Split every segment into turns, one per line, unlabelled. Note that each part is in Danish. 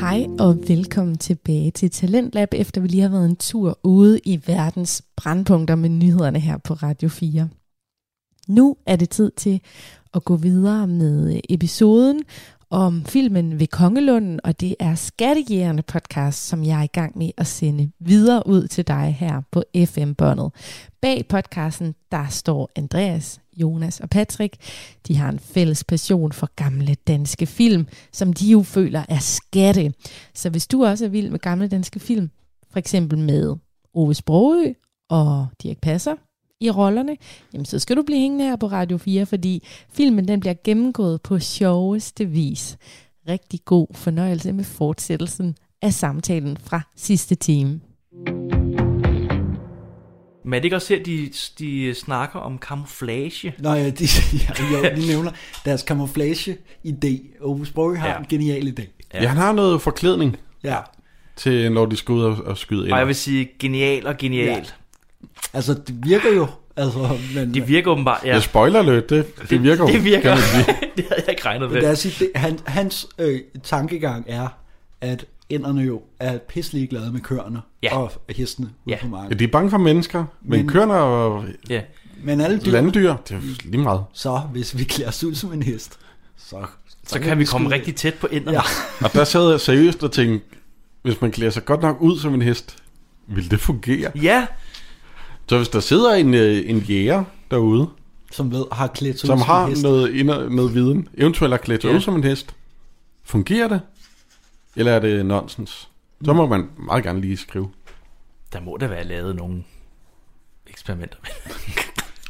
Hej og velkommen tilbage til Talentlab, efter vi lige har været en tur ude i verdens brandpunkter med nyhederne her på Radio 4. Nu er det tid til at gå videre med øh, episoden om filmen ved Kongelunden, og det er Skattejægerne podcast, som jeg er i gang med at sende videre ud til dig her på FM-båndet. Bag podcasten, der står Andreas, Jonas og Patrick. De har en fælles passion for gamle danske film, som de jo føler er skatte. Så hvis du også er vild med gamle danske film, for eksempel med Ove Sprogø og Dirk Passer i rollerne, jamen så skal du blive hængende her på Radio 4, fordi filmen den bliver gennemgået på sjoveste vis. Rigtig god fornøjelse med fortsættelsen af samtalen fra sidste time.
Men er det ikke også her, de, de snakker om kamuflage?
Nå ja, de, jeg, jeg lige nævner deres camouflage-idé. Aarhus Brøge har
Ja.
ja. en genial idé.
Ja.
Ja. ja, han har noget forklædning
Ja.
til, når de skal ud og, og skyde ind.
Og jeg vil sige, genial og genial. Ja.
Altså, det virker jo. Altså, men
De virker åbenbart, ja.
Ja, spoiler alert, det, det, det virker jo,
Det virker.
kan man sige.
det havde jeg ikke regnet med.
deres idé, han, hans øh, tankegang er, at inderne jo er pisselig glade med køerne
Ja.
og hestene ude
Ja.
på
Ja,
marken.
de er bange for mennesker, men,
Men-
men køerne og
Ja.
Men alle dyr,
landdyr, det er jo lige meget.
så hvis vi klæder os ud som en hest, så,
Så kan vi komme
skyde.
rigtig tæt på enderne.
Ja.
Ja.
Og der sad jeg seriøst og tænkte, hvis man klæder sig godt nok ud som en hest, vil det fungere?
ja.
Så hvis der sidder en, øh, en jæger derude,
Som ved, har klædt sig
som
ud som en
har
hest.
noget, inder, noget viden, eventuelt har klædt sig
Ja.
ud som en hest, fungerer det? Eller er det nonsens? Så må man meget gerne lige skrive.
Der må da være lavet nogle eksperimenter.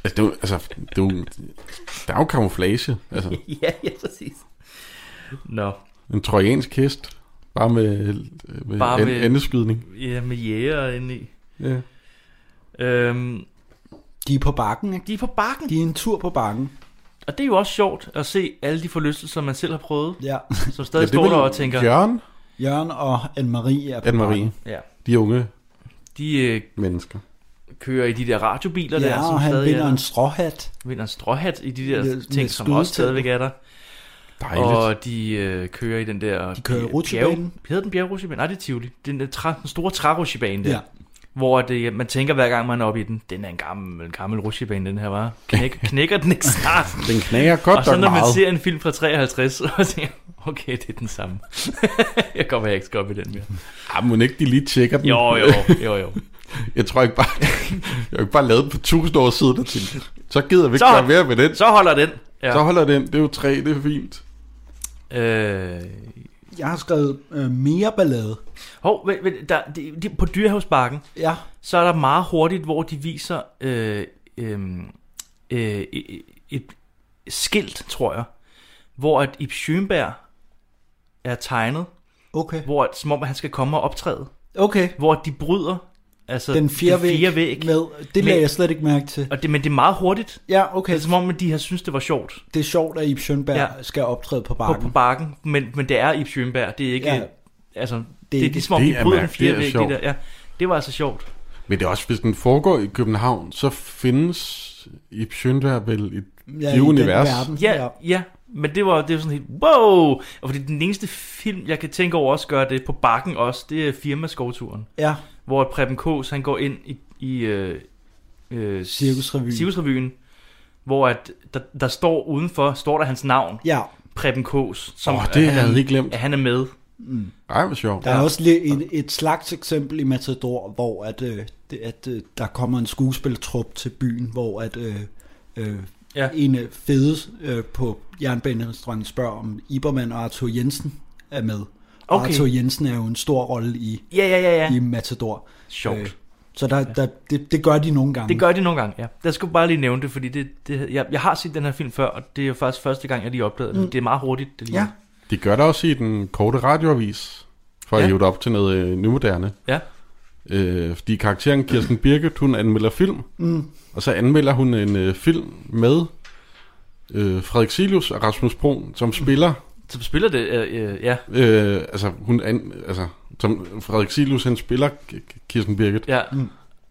Altså, det er, jo- altså, det er, jo- der er jo camouflage. Altså,
ja, ja, præcis. Nå,
en trojansk hest, bare med, øh, med,
Bare
bare en,
med-
med... endeskydning.
ja, med jæger inde i.
Ja.
Øhm,
De er på bakken, ikke?
de er på bakken.
De er en tur på bakken.
Og det er jo også sjovt at se alle de forlystelser, man selv har prøvet,
Ja.
som stadig ja, står der og tænker, ja.
Jørgen,
Jørgen og Anne-Marie er på
Anne-Marie,
ja.
de unge
De øh,
mennesker.
kører i de der radiobiler
bakken.
der,
Ja,
som
og han
stadig øh, er
vinder
der.
en stråhat.
vinder en stråhat i de der
Med- med
ting, som også
skydetænder.
stadigvæk er der.
Dejligt. Og...
Og de øh, kører i den der...
De kører i
bjerg-
rutsjebanen.
Hedder den bjergrutschebane? Nej, det er Tivoli. Den, der træ, den store trærutsjebane der.
Ja.
Ja. Hvor det, man tænker hver gang, man er oppe i den, den er en gammel, en gammel rutsjebane, den her var. Knæk, knækker den ikke snart?
Den knager godt
og så
nok
når man
meget.
ser en film fra 53, og tænker, okay, det er den samme. jeg kommer jeg ikke skal op i den mere.
Ah, må ikke de lige tjekker den?
Jo, jo, jo, jo.
Jeg tror ikke bare, jeg har ikke bare lavet den på tusind år siden, og tænkt, så gider vi ikke
Så-
gøre mere med den.
Så holder den. Ja.
Så holder den, det er jo træ, det er fint.
Øh,
Jeg har skrevet øh, mere ballade.
hov, vent, vent, der, de, de, på Dyrehavsbakken,
Ja,
så er der meget hurtigt, hvor de viser øh, øh, øh, et, et skilt, tror jeg, hvor at Ib Schønberg er tegnet,
okay.
hvor at, som om at han skal komme og optræde,
Okay.
hvor at de bryder altså
Den fjerde væg,
fjerde væg.
med, det
Men-
lagde jeg slet ikke mærke til.
Og det, men det er meget hurtigt.
Ja,
Det
okay.
er som om, at de har synes det var sjovt
Det er sjovt, at Ib Schønberg
Ja.
ja. skal optræde på
på, på
bakken.
bakken, men, men det er Ib Schønberg, det er ikke... Ja.
Ja.
Altså, det,
Det
det
er
er
ikke-
ligesom om,
Det
de
er
bryder den
mærkeligt,
fjerde
det er
væg. Det,
sjovt.
der. Ja, det var altså sjovt.
Men det er også, hvis den foregår i København, så findes i Sjøndvær vel et
Ja,
i
den
univers.
verden.
Ja, ja. Men det var, det var sådan helt, wow! Og fordi den eneste film, jeg kan tænke over også gør det på bakken også, det er firmaskovturen.
ja.
Hvor Preben Kås, han går ind i, i øh, øh,
Cirkusrevyen.
Cirkusrevyen. Hvor at, der, der står udenfor, står der hans navn,
ja.
Preben Kås.
Åh, oh, det
at
havde
han,
jeg ikke glemt.
at han er med.
Ej, hvor sjovt.
Mm. Der er også lige et, et slags eksempel i Matador, hvor at, øh, det, at, øh, der kommer en skuespiltrup til byen, hvor at, øh, øh,
Ja.
ja. en øh, fede øh, på jernbanerestauranten spørger, om Ibermann og Arthur Jensen er med. Og
Okay.
Arthur Jensen er jo en stor rolle i,
Ja, ja, ja,
ja. i
ja.
Matador. Øh,
Sjovt.
så der, der, det, det gør de nogle gange.
Det gør de nogle gange, ja. Jeg skulle bare lige nævne det, fordi det, det, jeg, jeg har set den her film før, og det er jo faktisk første gang, jeg lige opdagede den. Det er meget hurtigt. Det lige.
Mm. Ja.
Det gør der også i den korte radioavis, for at
Ja.
ja. hæve det op til noget øh, nymoderne.
ja.
Øh, fordi karakteren Kirsten Birgit, hun anmelder film, mm. og så anmelder hun en øh, film med øh, Frederik Silius og Rasmus Broen, som spiller,
Så spiller det, øh, øh, ja.
øh, altså, hun an, altså, som Frederik Silius, han spiller K- K- Kirsten Birgit. Ja.
Ja,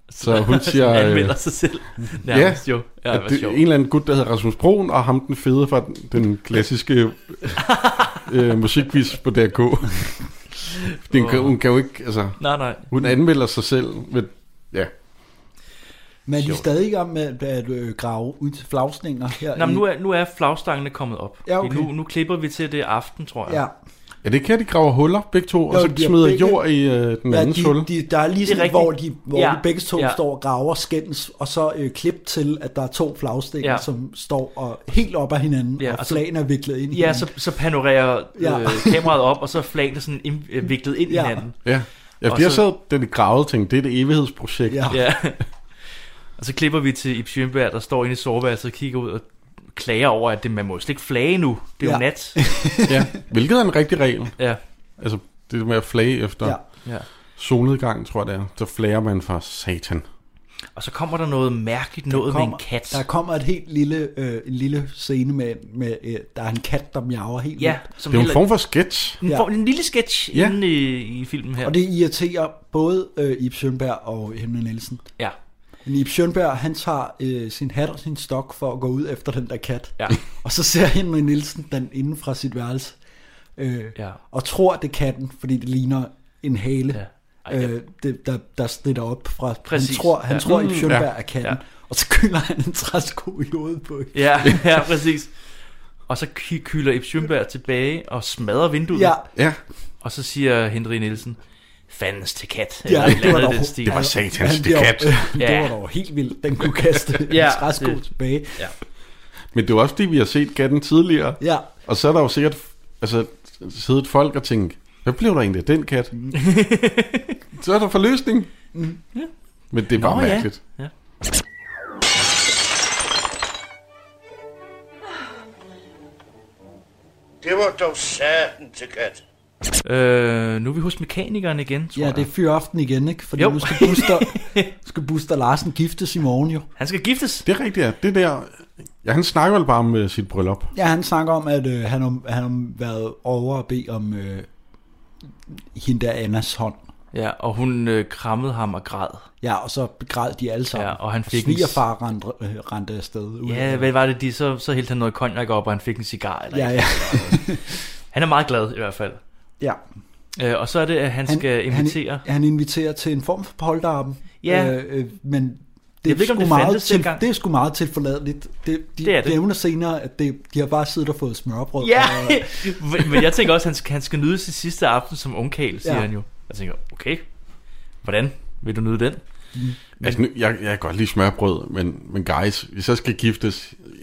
Så hun siger, øh,
anmelder sig selv. Nærmest ja, jo. Ja, det
at
var
det,
sjovt.
en eller anden gut, der hedder Rasmus Broen, og ham den fede fra den, den klassiske øh, musikvis på DRK. Fordi hun, kan, hun kan jo ikke, altså,
Nej, nej.
hun anmelder sig selv, men ja,
Men er de
Sjovt.
stadig i gang med at, at øh, grave ud til flagsninger her?
Nå, men
i-
nu er, nu er flagstangene kommet op.
Ja, okay.
nu, nu klipper vi til det aften, tror jeg.
Ja,
Ja, det kan de graver huller begge to, og
Jo,
så
de har
smider
begge-
jord i øh, den
ja
andens hul.
de, de, der er lige
Det er
sådan,
rigtigt.
hvor, de, hvor
Ja.
de begge to
Ja.
står og graver, skændes, og så øh, klip til, at der er to flagstænger,
Ja.
ja. som står og helt op af hinanden,
Ja,
ja, og
og så-
flagene er viklet ind i
Ja,
hinanden.
så, så panorerer
Ja.
ja. øh, kameraet op, og så er flagene sådan ind, øh, viklet ind
Ja.
ja. i hinanden.
Ja. Ja,
Og
de har
så-
sad, da de gravede, tænkte, det er et evighedsprojekt.
Ja.
Ja. og så klipper vi til Ib Schønberg, der står inde i soveværelset og kigger ud og klager over, at det, man må jo slet ikke flage nu. Det er ja.
Ja.
jo nat.
ja. Hvilket er en rigtig regel.
Ja.
Altså, det der med at flage efter
Ja.
ja.
ja.
solnedgang, tror jeg det er. Så flager man for satan.
Og så kommer der noget mærkeligt noget med en kat.
Der kommer et helt lille, øh, en lille scene med, med øh, der er en kat, der miaver helt
ja,
vildt.
som
Det er jo en
heller-
form for sketch.
en,
Ja.
form, en lille sketch
Ja.
ja. inde i, i filmen her.
Og det irriterer både øh, Ib Schønberg og Henrik Nielsen.
Ja.
Men Ib Schønberg, han tager øh, sin hat og sin stok for at gå ud efter den der kat.
Ja.
Og så ser Henrik Nielsen den inden fra sit værelse. Øh,
Ja.
Og tror, det er katten, fordi det ligner en hale,
Ja.
ja.
Ej, ja.
øh, det, der, der snitter op fra.
Præcis.
Han tror, han
Ja.
tror Ib
Mm,
Schønberg
ja.
er katten.
Ja.
Og så køler han en træsko i hovedet på hende.
Ja, ja, præcis. Og så ky- kylder Ib Schønberg tilbage og smadrer vinduet.
Ja,
Ja,
Og så siger Henry Nielsen, fandens til kat.
ja,
eller et
det
eller
var
andet
dog,
i den stil.
det var satans, det
bliver-
kat.
det
Ja.
var dog helt vildt, den kunne kaste ja,
Ja,
en træsko
det-
tilbage.
Men det er jo også fordi, vi har set katten tidligere.
Ja,
Og så er der jo sikkert altså, siddet folk og tænkt, hvad blev der egentlig af den kat?
Mm.
så er der forløsning. Mm. Men det er bare
Nå, ja.
mærkeligt.
Ja.
Det var dog satan til kat.
Øh, nu er vi hos mekanikeren igen, tror
ja
jeg.
det er fyraften igen, ikke? Fordi
Jo.
nu skal Buster, skal Buster Larsen giftes i morgen jo.
Han skal giftes.
Det er rigtigt, ja. Det der... Ja, han snakker vel bare om øh, sit bryllup.
Ja, han snakker om, at øh, han, har, han har været over og bede om øh, hende der Annas hånd.
Ja, og hun øh, krammede ham og græd.
Ja, og så begræd de alle sammen.
Ja, og han fik en-
Svigerfar rendte, øh, rendte afsted. Ud
Ja, hvad var det, de så, så hældte han noget konjak op, og han fik en cigar. Eller
ja,
et-
ja.
Han er meget glad i hvert fald.
ja.
Øh, og så er det, at han, han skal invitere.
Han, han inviterer til en form for polterappen.
Ja.
Øh, øh, men det
Jeg
er,
ved ikke,
sgu
om det
meget
fandtes
til,
dengang.
det er sgu meget tilforladeligt. Det, de
Det er det.
nævner senere, at det, de har bare siddet og fået smørbrød.
Ja,
Og,
men- men jeg tænker også, at han skal, han skal nyde sin sidste aften som ungkæl, siger
Ja.
ja. han jo. Jeg tænker, okay, hvordan vil du nyde den?
Altså, nu, jeg, jeg kan godt lide smørbrød, men, men guys, hvis jeg skal giftes, øh,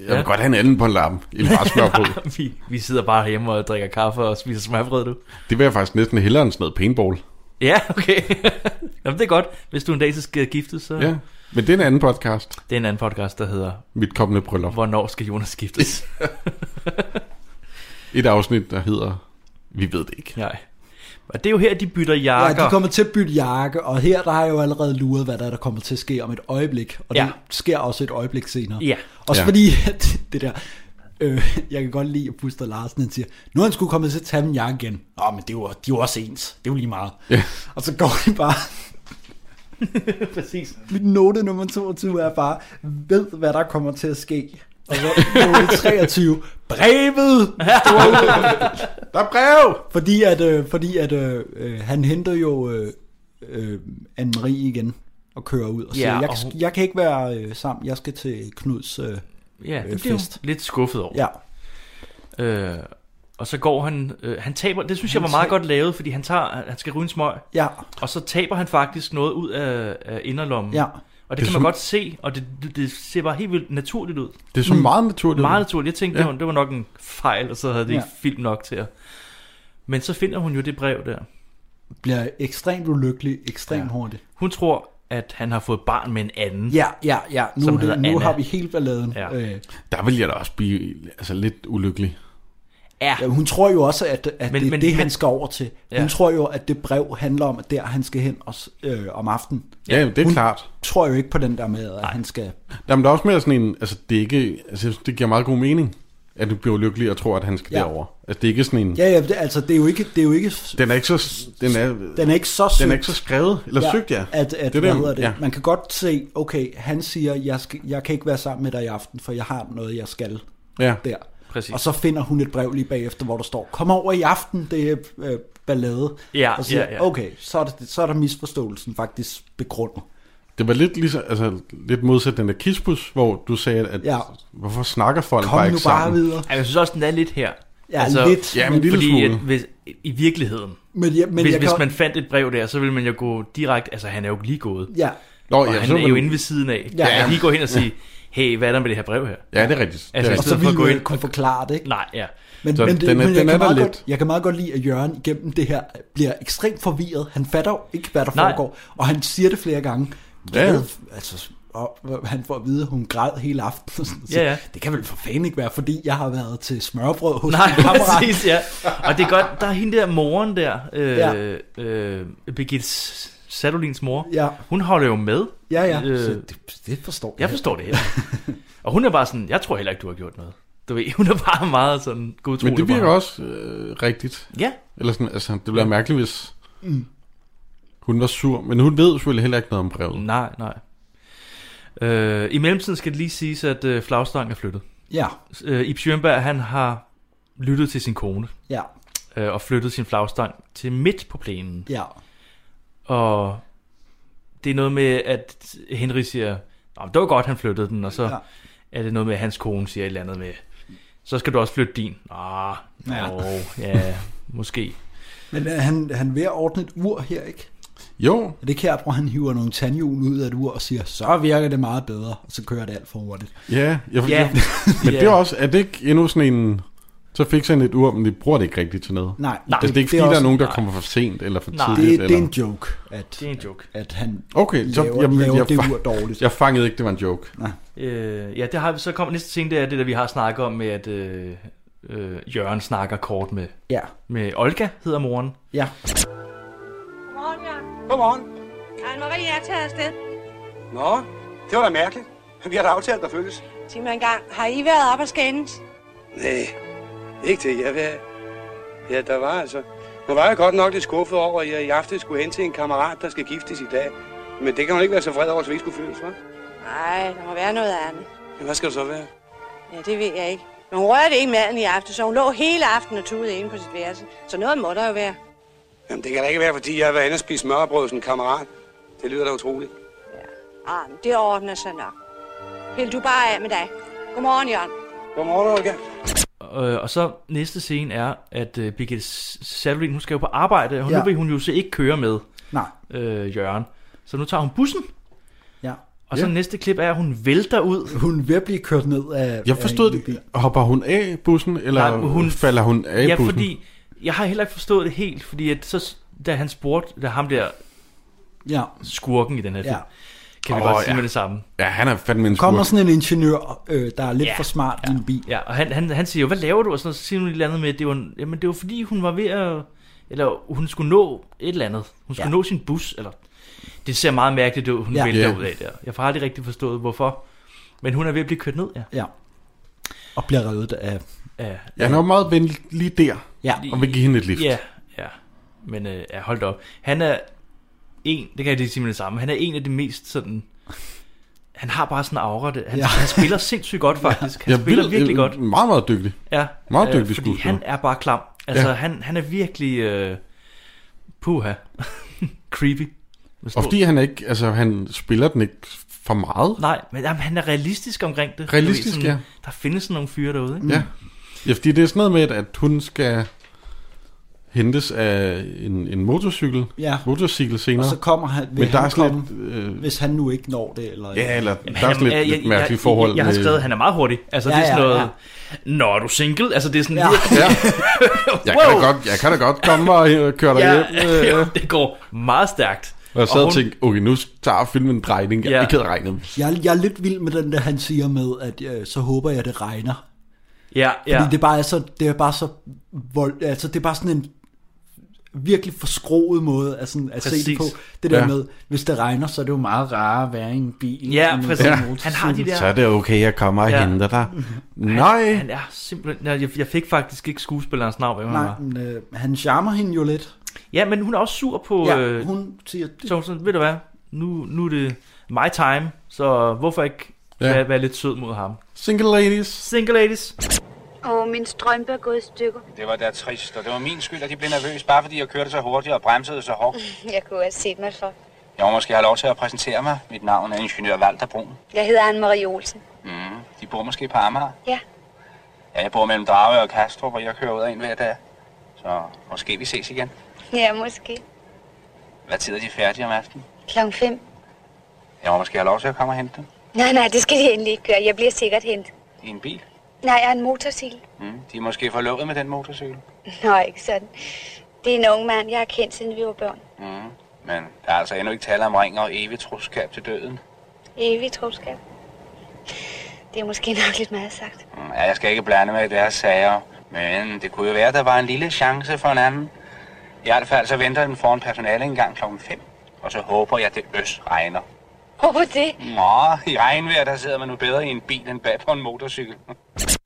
jeg vil
Ja.
godt have en anden på en lam end bare smørbrød.
vi, vi sidder bare hjemme og drikker kaffe og spiser smørbrød, du.
det vil jeg faktisk næsten hellere end sådan noget paintball.
Ja, okay. Jamen, det er godt. Hvis du en dag så skal giftes, så...
Ja. Men det er en anden podcast,
Det er en anden podcast, der hedder
mit kommende bryllup.
Hvornår skal Jonas giftes?
Et afsnit, der hedder, vi ved det ikke.
Nej. Og det er jo her, de bytter
ja,
jakker.
de kommer til at bytte jakke, og her der har jeg jo allerede luret, hvad der, er, der kommer til at ske om et øjeblik. Og det
Ja.
sker også et øjeblik senere.
Ja.
Også
Ja.
ja. fordi, at det der... Øh, jeg kan godt lide, at Buster Larsen han siger, nu er han skulle komme til at tage min jakke igen. Nå, men det var, de var også ens. Det var lige meget.
Ja.
Og så går de bare...
præcis.
Mit note nummer 22 er bare, ved hvad der kommer til at ske. Og så note 23, brevet!
Der er brev!
Fordi at, øh, fordi at øh, øh, han henter jo øh, øh, Anne-Marie igen og kører ud og siger,
Ja,
ja, jeg,
og hun-
jeg kan ikke være øh, sammen, jeg skal til Knuds... Øh,
Ja,
Øh,
det bliver
fest.
hun lidt skuffet over.
ja,
Ja. Øh, og så går han... Øh, han taber... Det synes han jeg var
Han
meget
taber-
godt lavet, fordi han, tager, han skal ryge en smøg,
ja,
og så taber han faktisk noget ud af, af inderlommen.
ja.
Og det,
Det
det kan
synes-
man godt se, og det, det, det ser bare helt vildt naturligt ud. Mm.
Det er så meget naturligt.
Hmm. Meget naturligt. Jeg tænkte,
Ja.
ja. det, var, det var nok en fejl, og så havde det ikke
Ja.
film nok til at... Men så finder hun jo det brev der.
Bliver ekstremt ulykkelig, ekstremt ja. hurtigt.
Hun tror, at han har fået barn med en anden.
Ja, ja, ja. Nu,
Som
er det,
hedder
nu
Anna.
har vi helt balladen.
Ja.
Øh,
Der vil jeg da også blive altså, lidt ulykkelig.
ja.
ja, hun tror jo også, at, at men,
Men-
det er
men-
det, han
men-
skal over til. Ja.
Ja.
Hun tror jo, at det brev handler om, at der han skal hen også, øh, om aftenen.
Ja, ja det er
Hun-
klart.
tror jo ikke på den der med, at han skal...
Jamen, der er også mere sådan en, altså det er ikke, altså jeg synes, det giver meget god mening, at du bliver ulykkelig og tror, at han skal
Ja.
ja. derover. Altså det er ikke sådan en,
Ja, ja, det, altså, det er jo ikke... Det er jo ikke
den er ikke så, den er,
den er ikke så
den
søgt,
er ikke så skrevet, eller ja. søgt, ja.
At, at,
er
det, hvad hedder det?
ja.
Ja. Man kan godt se, okay, han siger, jeg, skal, jeg kan ikke være sammen med dig i aften, for jeg har noget, jeg skal
Ja.
der.
præcis.
Og så finder hun et brev lige bagefter, hvor der står, kom over i aften, det er øh, ballade.
Ja,
og så siger,
ja, ja.
okay, så er, det, så er der misforståelsen faktisk begrundet.
Det var lidt, ligesom, altså, lidt modsat den der kispus, hvor du sagde, at
Ja.
ja. hvorfor snakker folk
Kom
bare
nu
ikke
bare
sammen?
videre.
Ej, jeg synes også, den er lidt her. Altså,
Ja, lidt.
ja, men lille
fordi
smule.
at, hvis, i virkeligheden,
Men, ja, men
men hvis,
jeg
hvis
kan,
man fandt et brev der, så ville man jo gå direkte, altså han er jo lige gået.
Ja,
Nå,
Og
ja,
han
så
er
vil-
jo inde ved siden af.
Ja.
Ja. Jeg kan lige gå hen og sige, hey, hvad er der med det her brev her?
Ja, det er rigtigt.
Altså,
det er
og
rigtigt.
så
stedet for at
ville
gå
man
ind-
kunne forklare det, ikke?
Nej, ja.
Men,
Så
men, det,
den er-
men jeg,
den er
kan
der
meget
lidt.
godt, jeg kan meget godt lide, at Jørgen igennem det her bliver ekstremt forvirret. Han fatter jo ikke, hvad der
Nej.
foregår, og han siger det flere gange.
Ja.
Hvad? Altså, og han får at vide, at hun græd hele aftenen. og sådan noget.
Ja, ja.
Det kan vel for fanden ikke være, fordi jeg har været til smørbrød hos
Nej,
min kammerat.
præcis, ja. Og det er godt, der er hende der moren der, øh,
Ja.
ja. øh, Birgit S- Sadolins mor.
Ja,
Hun holder jo med.
ja, ja.
Øh,
Så det, det forstår
Jeg forstår det heller. ikke. Og hun er bare sådan, jeg tror heller ikke, du har gjort noget. Du ved, hun er bare meget sådan god
Men det virker også øh, rigtigt.
Ja,
Eller sådan, altså, det bliver mærkeligt, hvis
Mm.
hun var sur. Men hun ved selvfølgelig heller ikke noget om brevet.
nej, nej. Øh, I mellemtiden skal det lige siges, at øh, flagstangen er flyttet.
Ja,
Øh, Ib Schønberg, han har lyttet til sin kone
ja,
øh, og flyttet sin flagstang til midt på plænen.
ja.
Og det er noget med, at Henry siger, Nå, men det var godt, han flyttede den, og så
Ja.
ja. er det noget med, at hans kone siger et eller andet med, så skal du også flytte din. Ah,
Ja.
ja. Nå, ja, måske.
Men øh, han, han er ved at ordne et ur her, ikke?
Jo,
Og det er her, hvor han hiver nogle tandhjul ud af et ur og siger, så virker det meget bedre, og så kører det alt for hurtigt.
ja. Jeg,
Ja,
Jeg, men
ja.
det er også, er det ikke endnu sådan en... Så fik han et ur, men de bruger det ikke rigtigt til noget.
Nej,
Nej, altså, det er ikke fordi,
også-
der er nogen, der
nej.
kommer for sent eller for
Nej.
tidligt.
Det,
eller...
det er en joke, at,
Det er en joke.
at han
Okay, så
laver,
jeg,
laver
jeg,
det
jeg,
ur dårligt.
jeg fangede ikke, det var en joke.
Øh, ja, det har vi så kommer næste ting, det er det, der vi har snakket om med, at øh, øh, Jørgen snakker kort med,
Ja,
med Olga, hedder moren.
ja.
Godmorgen, Jørgen.
Godmorgen.
Karen Marie er taget afsted.
Nå, det var da mærkeligt. Vi har da aftalt, der følges.
Sig mig engang, har I været op og skændes?
Nej, ikke det. Jeg vil... Ja, der var altså... Nu var jeg godt nok lidt skuffet over, at jeg i aften skulle hen til en kammerat, der skal giftes i dag. Men det kan man ikke være så vred over, så vi ikke skulle føles, hva'?
Nej, der må være noget andet.
Ja, hvad skal det så være?
Ja, det ved jeg ikke. Men hun rørte ikke maden i aften, så hun lå hele aftenen og tudede inde på sit værelse. Så noget må der jo være.
Jamen, det kan da ikke være, fordi jeg har været inde og spise smørbrød hos en kammerat. Det lyder da utroligt.
Ah, men det ordner sig nok. Pil du bare af med dig. Godmorgen, Jørgen.
Godmorgen, Olga.
Øh, og så næste scene er, at øh, Birgit Sadolin, hun skal jo på arbejde, og
Ja.
ja. nu vil hun jo så ikke køre med
Nej,
øh, Jørgen. Så nu tager hun bussen,
ja.
og så
Ja.
næste klip er, at hun vælter ud.
Hun er ved at blive kørt ned af...
Jeg forstod
af en
det.
bil.
Hopper hun af bussen, eller
Nej,
Nej,
men
hun...
hun-
falder hun af
Ja,
bussen?
fordi jeg har heller ikke forstået det helt, fordi at så, da han spurgte, da ham der
Ja,
skurken i den her film,
ja.
ja. kan vi
Åh,
oh, godt sige
ja.
ja. med det samme.
Ja, han er fandme en skurk.
Kommer sådan en ingeniør, øh, der er lidt
Ja,
for smart i en bil.
Ja, og han, han, han siger jo, hvad laver du? Og sådan noget, så siger hun et eller andet med, at det var, en- jamen, det var fordi, hun var ved at... Eller hun skulle nå et eller andet. Hun skulle
Ja.
ja. nå sin bus, eller... Det ser meget mærkeligt ud, hun
Ja.
ja. vælter
Ja.
ud af der. Jeg har aldrig rigtig forstået, hvorfor. Men hun er ved at blive kørt ned, ja.
Ja. Og bliver reddet af...
Ja,
Ja, han er jo meget venlig lige der,
Ja,
og vil give hende et lift.
ja. ja. Men øh, ja, hold da op. Han er en, det kan jeg lige sige med det samme, han er en af de mest sådan... Han har bare sådan en aura. Det. Han,
Ja.
ja. han spiller sindssygt godt, faktisk. Han
Jeg
spiller
vil-
virkelig
jeg-
godt.
øh, Meget, meget dygtig.
Ja, øh,
Meget dygtig
fordi
skuespiller.
han er bare klam. Altså,
Ja.
ja. han, han er virkelig... Øh, puha. Creepy. Med stor-
Og fordi han ikke, altså han spiller den ikke for meget.
Nej, men jamen, han er realistisk omkring det.
Realistisk,
sådan,
ja.
Der findes sådan nogle fyre derude,
Mm.
ikke?
Ja. ja, fordi det er sådan noget med, at hun skal hentes af en, en motorcykel,
Ja.
motorcykel senere.
og så kommer han... Vil
men der
han
er sådan
komme,
lidt, øh,
Hvis han nu ikke når det, eller...
ja, eller
Jamen,
der er
han
sådan lidt,
ja,
lidt mærkelige forhold.
Jeg, jeg har
med-
skrevet, at han er meget hurtig. Altså,
Ja,
ja, det er
ja,
sådan noget... Ja. Nå, er du single? Altså, det er sådan...
Ja.
Ja.
Ja. Jeg kan, da godt, jeg kan da godt komme og øh, køre dig
Ja,
hjem. øh,
ja, det går meget stærkt.
Og jeg sad og
hun-
tænkte, okay, nu tager filmen en drejning, jeg
Ja.
ikke havde regnet med.
Jeg, jeg er lidt vild med den der, han siger med, at øh, så håber jeg, det regner.
Ja,
Fordi
ja.
det bare er så, det er bare så vold, altså det er bare sådan en virkelig forskroet måde at, sådan, at se det
Præcis.
på. Det der
Ja.
med, hvis det regner, så er det jo meget rarere at være i en bil.
Ja,
end
præcis.
en
Han har de
motorcykel.
der...
det okay, jeg kommer og
Ja. Mhm.
dig. Nej.
Han er simpelthen... Nej, Jeg, jeg fik faktisk ikke skuespillerens navn, hvem han
Nej,
var.
men, øh, han charmer hende jo lidt.
Ja, men hun er også sur på...
Ja,
øh,
hun siger, det,
Så hun sådan, ved du hvad, nu, nu er det my time, så hvorfor ikke
Ja.
ja. være, være lidt sød mod ham?
Single ladies.
Single ladies.
Åh, min strømpe er gået i stykker.
Det var da trist, og det var min skyld, at de blev nervøse, bare fordi jeg kørte så hurtigt og bremsede så hårdt.
Jeg kunne have set mig for.
Jeg må måske have lov til at præsentere mig. Mit navn er Ingeniør Walter Brun.
Jeg hedder Anne-Marie Olsen.
Mm, de bor måske på Amager.
Ja.
Ja, jeg bor mellem Drage og Kastrup, og jeg kører ud af en hver dag. Så måske vi ses igen.
Ja, måske.
Hvad tid er de færdige om aftenen?
Klokken 5.
Jeg må måske have lov til at komme og hente dem.
Nej, nej, det skal de endelig ikke gøre. Jeg bliver sikkert hentet.
I en bil.
Nej, jeg er en motorcykel.
Mm, de er måske forlovet med den motorcykel.
Nej, ikke sådan. Det er en ung mand, jeg har kendt, siden vi var børn.
Mm, men der er altså endnu ikke tale om ringer og evigt troskab til døden.
Evig troskab. Det er måske nok lidt meget sagt.
Mm, ja, jeg skal ikke blande mig i deres sager, men det kunne jo være, der var en lille chance for en anden. I hvert fald så venter den foran personale en gang klokken 5, og så håber jeg, det øs regner.
Hvorfor det?
Nå, i regnvejr, der sidder man nu bedre i en bil end bag på en motorcykel.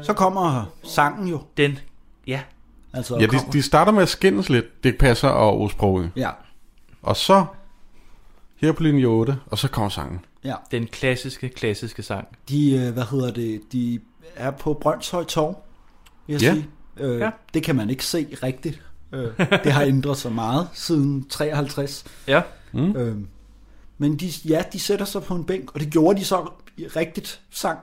Så kommer sangen jo.
Den, ja,
Altså,
Ja, de, de starter med at skændes lidt. Det passer og osproget.
ja,
Og så her på linje 8, og så kommer sangen.
ja.
den klassiske, klassiske sang.
De, øh, hvad hedder det, de er på Brøndshøj Torv, vil jeg
Ja.
sige. Øh,
Ja.
Det kan man ikke se rigtigt. Øh, det har ændret sig meget siden 53.
Ja,
Øh, men de, ja, de sætter sig på en bænk, og det gjorde de så rigtigt sang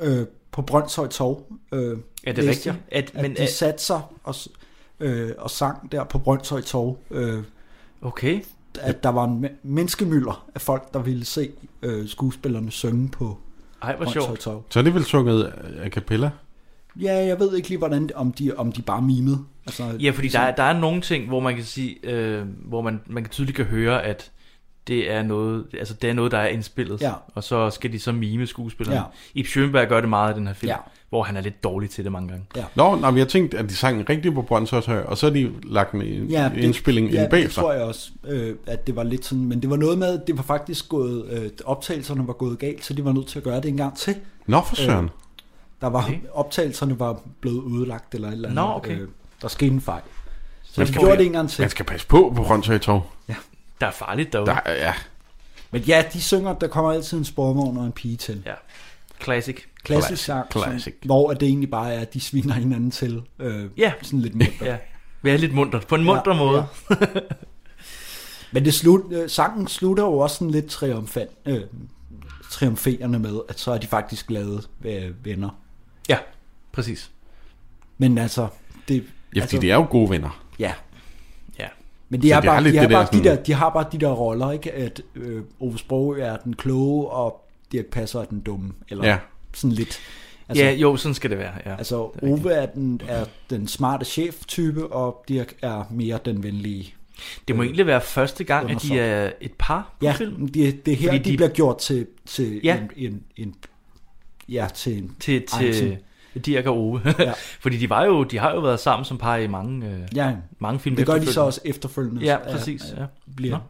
øh, på Brøndshøj Torv. Øh,
er det
læste
rigtigt?
jeg.
At,
At
men,
de
at,
satte sig og, s- øh, og sang der på Brøndshøj Torv. Øh,
okay,
at der var en men- menneskemylder af folk, der ville se øh, skuespillerne synge på
ej hvor
Brøndshøj
sjovt.
Torv.
Så er det vel sunget a cappella?
Ja, jeg ved ikke lige, hvordan, om, de, om de bare mimede. Altså,
Ja, fordi der er, der er nogle ting, hvor man kan sige, øh, hvor man, man kan tydeligt kan høre, at det er noget, altså det er noget, der er indspillet.
Ja.
Og så skal de så mime skuespillerne.
Ja.
Ja. Ib Schønberg gør det meget i den her film,
Ja.
ja. hvor han er lidt dårlig til det mange gange.
Nå, nej, men jeg tænkte, at de sang rigtigt på Brøndshøj, og så har de lagt en ja,
det-
indspilling ja,
ja,
ind
det
bagefter.
tror jeg også, øh, at det var lidt sådan, men det var noget med, at det var faktisk gået, øh, optagelserne var gået galt, så de var nødt til at gøre det en gang til. Øh,
Nå, for søren.
Der var,
Okay.
optagelserne var blevet ødelagt eller et eller andet. Øh,
Nå, okay.
der skete en fejl. Så
Man
de
skal-
gjorde det en gang til.
Man skal passe på på Brøndshøj Torv.
Der er farligt derude.
Der,
Der.
er- ja,
Men ja, de synger, der kommer altid en sporvogn og en pige til.
Ja. Classic.
Klassisk sang,
Classic.
Som, hvor at det egentlig bare er, at de sviner hinanden til. Øh,
Ja.
Sådan lidt munter.
Ja. Vær lidt muntert. På en munter ja, måde. Ja.
Men det slut, øh, sangen slutter jo også sådan lidt triumfant, øh, triumferende med, at så er de faktisk glade øh, venner.
ja, præcis.
Men altså, det,
ja fordi
altså,
de er jo gode venner.
ja.
Ja.
Men de,
Så
er
det er
bare,
lidt
de, er
det der
bare de,
sådan-
der, de har bare de der roller, ikke? At øh, Ove Sprogøe er den kloge, og Dirk Passer er den dumme. Eller
Ja.
sådan lidt.
Altså, ja, jo, sådan skal det være. Ja.
Altså, Ove er den, er den smarte chef-type, og Dirk er mere den venlige.
det må egentlig være første gang, at de
Øh, undersåt.
er et par på
Ja,
film.
det, det er her, Fordi
Fordi
de, de
de-
bliver gjort til, til
Ja.
en, en, en, ja, til en,
til,
Ej, til-
til Dirk og Ove.
Ja.
Ja. Fordi de, var jo, de har jo været sammen som par i mange, øh, ja.
ja,
mange film
det gør de
efterfølgende.
så også efterfølgende.
Ja,
så,
præcis. Ja.
Bliver.
Nå.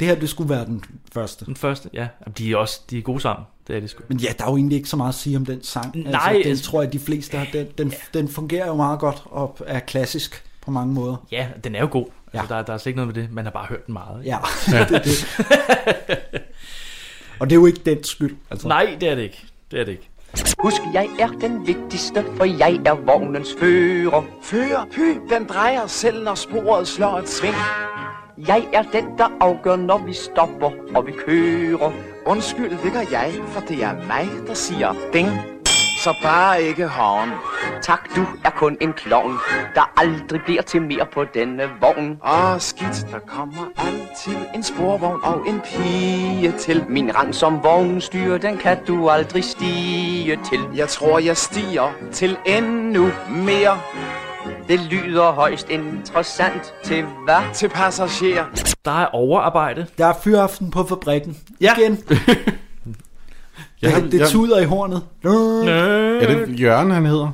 Det her, det skulle være den første.
Den første, ja. Jamen, De er også de er gode sammen. Det er det sgu.
Men ja, der er jo egentlig ikke så meget at sige om den sang.
Nej,
altså, den
altså-
tror jeg, de fleste har. Den, den, den fungerer jo meget godt og er klassisk på mange måder.
Ja, den er jo god.
Ja.
Ja. Altså, der, der er slet ikke noget med det. Man har bare hørt den meget. Ikke?
Ja, det er det. Og det er jo ikke dens skyld. Altså.
Nej, det er det ikke. Det er det ikke.
Husk, jeg er den vigtigste, for jeg er vognens fører.
Fører, py, den drejer selv, når sporet slår et sving.
Jeg er den, der afgør, når vi stopper og vi kører.
Undskyld, det gør jeg, for det er mig, der siger ding. Så bare ikke hånden.
Tak, du er kun en klovn, der aldrig bliver til mere på denne vogn.
Åh, skidt, der kommer altid en sporvogn og en pige til.
Min rang som vognstyrer, den kan du aldrig stige til.
Jeg tror, jeg stiger til endnu mere
Det lyder højst interessant til hvad?
til passagerer.
Der er overarbejde.
Der er fyraften på fabrikken.
Ja.
Igen.
Jeg,
Det, det tuder i hornet.
Er det Jørgen, han hedder?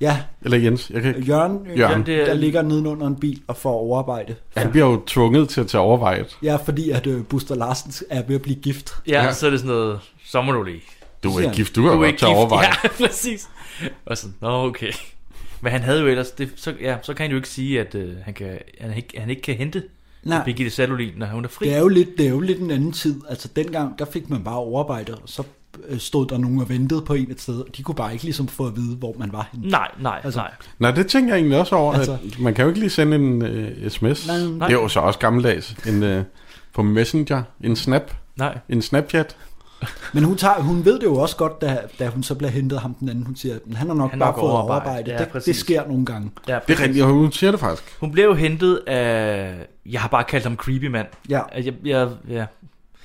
Ja,
Eller Jens? Jeg kan ikke.
Jørgen, øh,
Jørgen.
det er-
der ligger nedenunder en bil og får overarbejde.
Han bliver jo tvunget til at tage overvejet.
Ja, fordi at øh, Buster Larsen er ved at blive gift.
Ja,
Ja.
ja. så er det sådan noget, så må du lige.
Du er
siger
ikke
han.
gift, du er
Du er
godt
ikke
til at
gift.
overveje.
Ja, præcis. Og sådan, nå okay. Men han havde jo ellers, det, så, ja, så kan han jo ikke sige, at øh, han, kan, han, ikke, han ikke kan hente
Nej.
Birgitte Salolin, når hun er fri.
Det er, jo lidt, det er jo lidt en anden tid. Altså dengang, der fik man bare overarbejde, og så øh, stod der nogen og ventede på en et sted, og de kunne bare ikke ligesom få at vide, hvor man var henne.
Nej, nej, altså, nej.
Nej, det tænker jeg egentlig også over, altså,
Altså-
at man kan jo ikke lige sende en uh, sms.
Nej.
Det er jo så også gammeldags. En, uh, på Messenger, en snap,
Nej.
en snapchat.
Men hun, tager, hun ved det jo også godt, da, da hun så bliver hentet ham den anden. Hun siger, "Men han har nok
Han
han bare
har nok
fået
overarbejde."
overarbejde.
Ja,
Ja, det, det
præcis.
sker nogle gange.
Ja,
Det er rigtigt, og hun siger det faktisk.
Hun blev jo hentet af... Jeg har bare kaldt ham creepy mand.
Ja.
At Jeg, jeg, ja.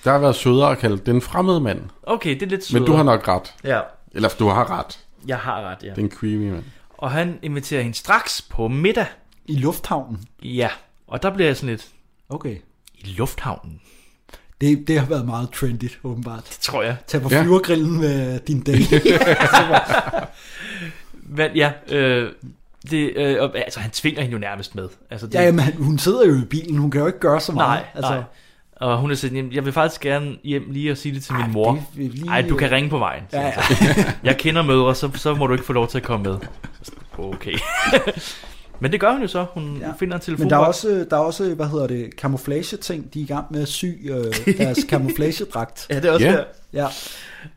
Der har været sødere at kalde den fremmede mand.
Okay, det er lidt sødere.
Men du har nok ret.
Ja,
Eller du har ret.
jeg har ret, ja.
Den creepy mand.
Og han inviterer hende straks på middag.
I lufthavnen.
Ja, og der bliver jeg sådan lidt...
Okay.
I lufthavnen,
Det, det har været meget trendigt, åbenbart.
tror jeg.
Tag på
Ja.
flyvergrillen med din Altså, date.
Men ja, øh, det, øh, og, altså han tvinger hende jo nærmest med. Altså, det,
ja, jamen, han- hun sidder jo i bilen. Hun kan jo ikke gøre så meget.
Nej, altså. nej. Og hun er sådan, "Jamen, jeg vil faktisk gerne hjem lige og sige det til min
Ej,
mor.
det vil lige-
Nej, du kan ringe på vejen. siger
Ja,
hun så. Jeg kender mødre, så, så må du ikke få lov til at komme med. Okay. Men det gør hun jo så. Hun ja. finder en telefon.
Men der er, også, der er også, hvad hedder det, camouflage-ting. De er i gang med at sy øh, deres camouflage-dragt.
Ja, det er også
Ja.
der.
Ja,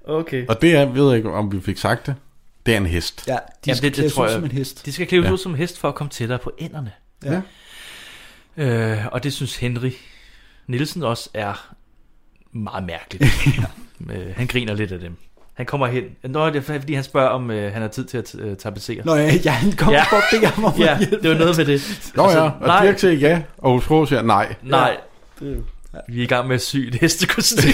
Okay.
Og det er, ved jeg ikke, om vi fik sagt det. Det er en hest.
ja de
Jamen,
skal
det, det tror jeg.
som en hest.
De skal klæves
Ja.
ud som hest for at komme tættere på ænderne.
Ja.
Ja.
Øh, og det synes Henry Nielsen også er meget mærkeligt. øh, han griner lidt af dem. Han kommer hen. Nå, det er fordi, han spørger, om øh, han har tid til at øh, tapetsere.
Nå ja, ja han kommer
Ja.
ja. for at bede ham om
ja,
at hjælpe.
det var noget med det.
Nå ja, og
altså, nej,
Dirk siger ja, og Aarhus Rå siger nej.
nej. Vi er i gang med at sy et hestekostyme.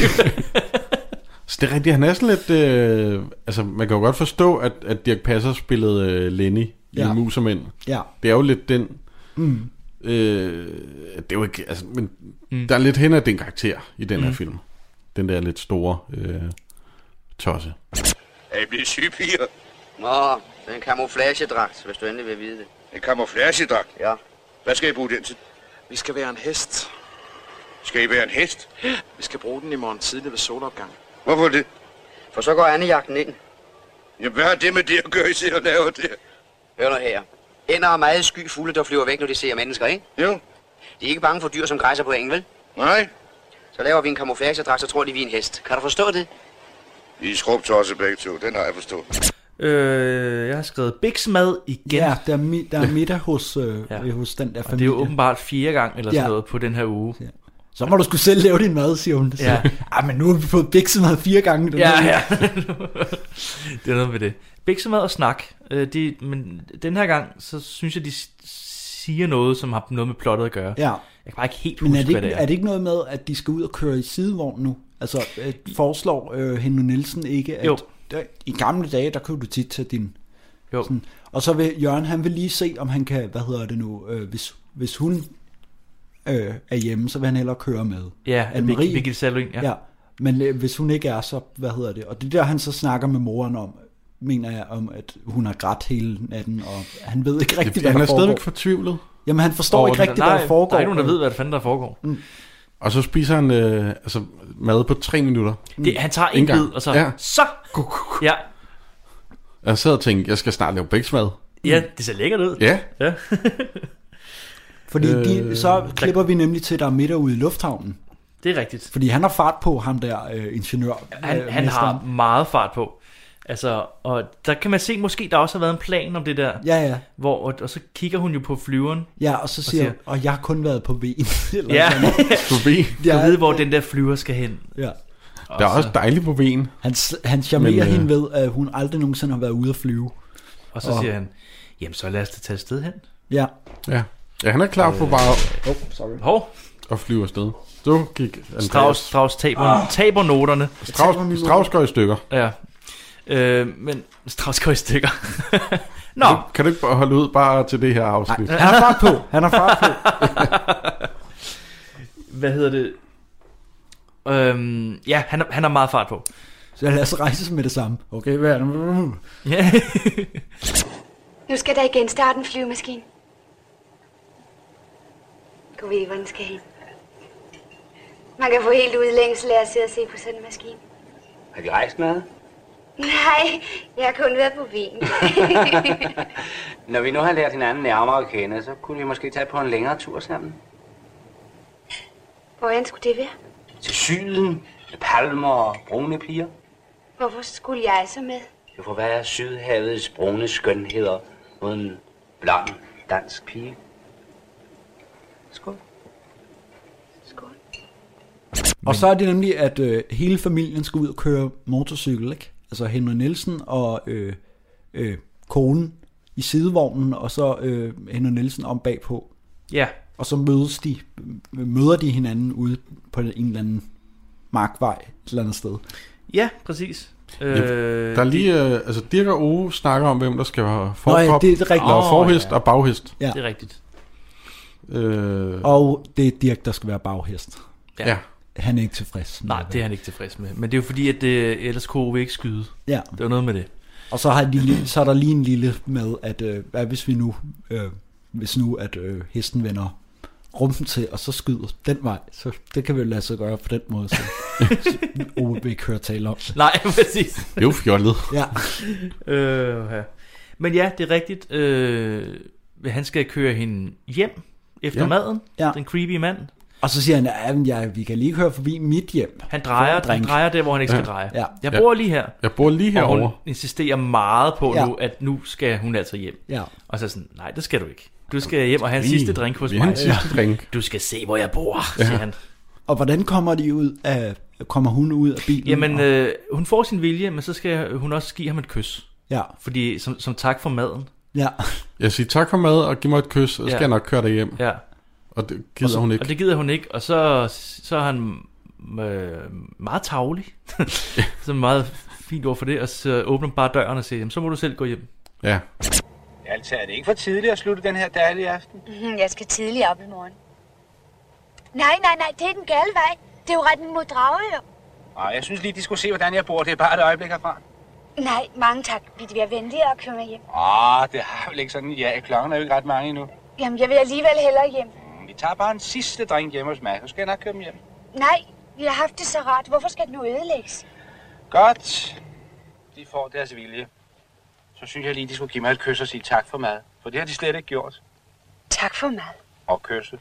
Så det er rigtigt, han er sådan lidt... Øh, altså, man kan jo godt forstå, at, at Dirk Passer spillede øh, Lenny i
Ja.
ja. Musermænd.
Ja,
Det er jo lidt den... Mm. Øh, det er jo ikke... Altså, men mm. der er lidt hen af den karakter i den her mm. film. Den der lidt store øh, tosse.
Er I blevet syge, piger?
Nå, det er en camouflagedragt, hvis du endelig vil vide det.
En kamuflagedragt?
Ja.
Hvad skal I bruge den til?
Vi skal være en hest.
Skal I være en hest?
Vi skal bruge den i morgen tidlig ved solopgang.
Hvorfor det?
For så går andejagten ind.
Jamen, hvad har det med det at gøre, I sidder og laver det?
Hør nu her. Ender er meget sky fugle, der flyver væk, når de ser mennesker, ikke?
Jo,
De er ikke bange for dyr, som græsser på engen, vel?
nej.
Så laver vi en camouflagedragt, så tror de, vi er en hest. Kan du forstå det?
I er skrubtosser begge to, den har jeg forstået.
øh, jeg har skrevet biksmad igen.
ja der, er, mi- der er middag hos, øh,
Ja.
ja. hos den der
Og det er
familie.
jo åbenbart fire gang eller sådan
Ja.
noget på den her uge.
Så må du skulle selv lave din mad, siger hun.
Ja.
Ja. Ej, men nu har vi fået biksemad fire gange. Den
Ja,
her uge."
ja. det er noget med det. Biksemad og snak. Øh, de, men den her gang, så synes jeg, de s- siger noget, som har noget med plottet at gøre.
ja.
Jeg kan bare ikke helt huske,
Men er det,
hvad
ikke,
det er.
er det ikke noget med, at de skal ud og køre i sidevogn nu? Altså, øh, foreslår øh, Henry Nielsen ikke, at
Jo.
Der, i gamle dage, der kunne du tit tage din...
Jo.
Sådan, og så vil Jørgen, han vil lige se, om han kan, hvad hedder det nu, øh, hvis, hvis hun øh, er hjemme, så vil han hellere køre med.
Ja,
Anne-Marie.
Anne-Marie. Birgitte Salving, ja.
Ja. Men øh, hvis hun ikke er, så hvad hedder det? Og det er der, han så snakker med moren om, mener jeg, om at hun har grædt hele natten, og han ved ikke
Det,
rigtigt,
det,
hvad
han er
der foregår.
stadigvæk fortvivlet.
Jamen, han forstår
Over
ikke
den-
rigtigt, hvad der foregår.
der er ikke nogen, der ved, hvad fanden der foregår. Mm.
Og så spiser han øh, altså, mad på tre minutter.
mm.
Det, han tager en
Ikke
bid,
engang.
og så...
Ja.
Så! Ja.
Og jeg sad og tænkte, jeg skal snart lave bæksmad.
ja, det ser lækkert ud.
Ja,
Ja.
Fordi
Øh,
de, så klipper vi nemlig til, der er middag ude i lufthavnen.
Det er rigtigt.
Fordi han har fart på ham der øh, ingeniør.
Han,
øh,
han har
mesteren.
meget fart på. Altså, og der kan man se, måske der også har været en plan om det der.
Ja, ja.
Hvor, og, og så kigger hun jo på flyveren.
Ja, og så siger
siger-
og, og jeg har kun været på ven. Eller
Ja,
sådan noget.
forbi.
jeg
Ja,
ved, hvor den der flyver skal hen.
ja.
Der er også dejligt på ben.
Han, s- han charmerer
Men, øh,
hende ved, at hun aldrig nogensinde har været ude at flyve.
Og så siger han, jamen så lad os da tage afsted hen. Øh,
Ja.
Ja. ja, han er klar på bare at-
Oh, sorry.
Hov,
at flyve afsted. Så gik Andreas.
Strauss, Strauss taber, ah. taber noterne.
taber min
Strauss, Strauss går i stykker.
Ja. Øh, men Strauss går i stykker. Nå,
Altså, Kan du ikke bare holde ud bare til det her afsnit?
Han har fart på. Han har fart på.
hvad hedder det? Øhm, ja, han, har- han har meget fart på.
Så lad os rejse med det samme. Okay, hvad er det?
Ja.
Nu skal der igen starte en flyvemaskine. Du ved, hvor den skal hen. Man kan få helt udlængsel af at sidde og se på sådan en maskine.
Har de rejst noget?
Nej, jeg har kun været på bilen.
Når vi nu har lært hinanden nærmere at kende, så kunne vi måske tage på en længere tur sammen.
Hvordan skulle det være?
Til syden, med palmer og brune piger.
Hvorfor skulle jeg så med?
Du får være Sydhavets brune skønheder mod en blond dansk pige. Skål.
Skål.
Og så er det nemlig, at øh, hele familien skal ud og køre motorcykel, ikke? Altså Henry Nielsen og øh, øh, konen i sidevognen, og så øh, Henry Nielsen om bagpå.
Ja.
Og så mødes de, øh, møder de hinanden ude på en eller anden markvej et eller andet sted.
Ja, præcis. Øh,
Øh, der er lige, øh, altså Dirk og Ove snakker om, hvem der skal have
Nå ja,
forkrop,
det er rigtigt.
og
Åh,
forhest
ja.
og baghest.
Ja.
Det er rigtigt.
Øh,
Og det er Dirk, der skal være baghest.
Ja. Ja.
Han er ikke tilfreds. med
Nej, det er han ikke tilfreds med. Men det er jo fordi, at øh, ellers kunne vi ikke skyde.
Ja.
Det var noget med det.
Og så, har de, lige- så er der lige en lille med, at øh, hvad hvis vi nu, øh, hvis nu at øh, hesten vender rumpen til, og så skyder den vej, så det kan vi jo lade sig gøre på den måde, så Ove vil ikke høre tale om det.
Nej, præcis.
Det er jo fjollet.
Ja.
øh, ja. Men ja, det er rigtigt. Øh, han skal køre hende hjem efter
Ja.
ja. maden.
Ja.
Ja. Den creepy mand.
Og så siger han, ja, men jeg, vi kan lige køre forbi mit hjem.
Han
For
drejer,
en drink.
han drejer der, hvor han ikke skal
Ja.
dreje.
Ja.
Jeg
Ja.
bor lige her.
Jeg bor lige
Og
herovre.
hun insisterer meget på
Ja.
ja. nu, at nu skal hun altså hjem.
Ja.
Og så er sådan, nej, det skal du ikke. Du skal hjem og have en
Lige-
sidste drink hos
lige have
mig.
en sidste drink.
Du skal se, hvor jeg bor, ja. siger han.
Og hvordan kommer de ud af, kommer hun ud af bilen?
Jamen,
og,
øh, hun får sin vilje, men så skal hun også give ham et kys.
ja,
Fordi, som, som tak for maden.
ja.
Jeg siger tak for mad, og giv mig et kys, og så
Ja.
skal jeg nok køre dig hjem.
Ja.
Og det gider hun ikke.
Og det gider hun ikke, og så, så er han øh, meget tavlig. så meget fint ord for det, og så åbner hun bare døren og siger, jamen, så må du selv gå hjem.
Ja.
Altså, er det ikke for tidligt at slutte den her dejlige aften?
Mhm, Jeg skal tidligt op i morgen. Nej, nej, nej, det er den gale vej. Det er jo retten mod Dragør.
Nej, jeg synes lige, de skulle se, hvordan jeg bor. Det er bare et øjeblik herfra.
Nej, mange tak. Vi bliver venlige og kører mig hjem.
Ah, det har vel ikke sådan. Ja, klokken er jo ikke ret mange endnu.
Jamen, jeg vil alligevel hellere hjem.
Vi tager bare en sidste drink hjemme hos mig. Så skal jeg nok køre dem hjem.
Nej, vi har haft det så rart. Hvorfor skal det nu ødelægges?
Godt. De får deres vilje. Så synes jeg lige, de skulle give mig et kys og sige tak for mad. For det har de slet ikke gjort.
Tak for mad.
Og kysse.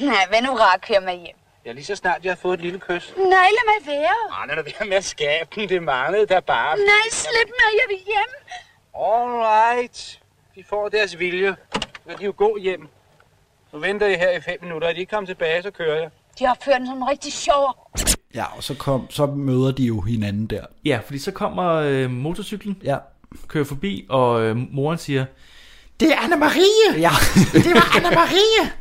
Nej, hvad nu rar kører mig hjem?
Ja, lige så snart jeg har fået et lille kys.
Nej, lad mig være.
Ah, lad nu være med at skabe den. Det manglede der bare.
Nej, slip mig, jeg vil hjem.
All right. De får deres vilje. Så kan de jo gå hjem. Nu venter jeg her i fem minutter. Er de ikke kommet tilbage, så kører jeg.
De opfører den som rigtig sjov.
ja, og så, kom, så møder de jo hinanden der.
Ja, fordi så kommer øh, motorcyklen,
Ja.
kører forbi, og øh, moren siger, det er Anna-Marie!
Ja.
Det var Anna-Marie!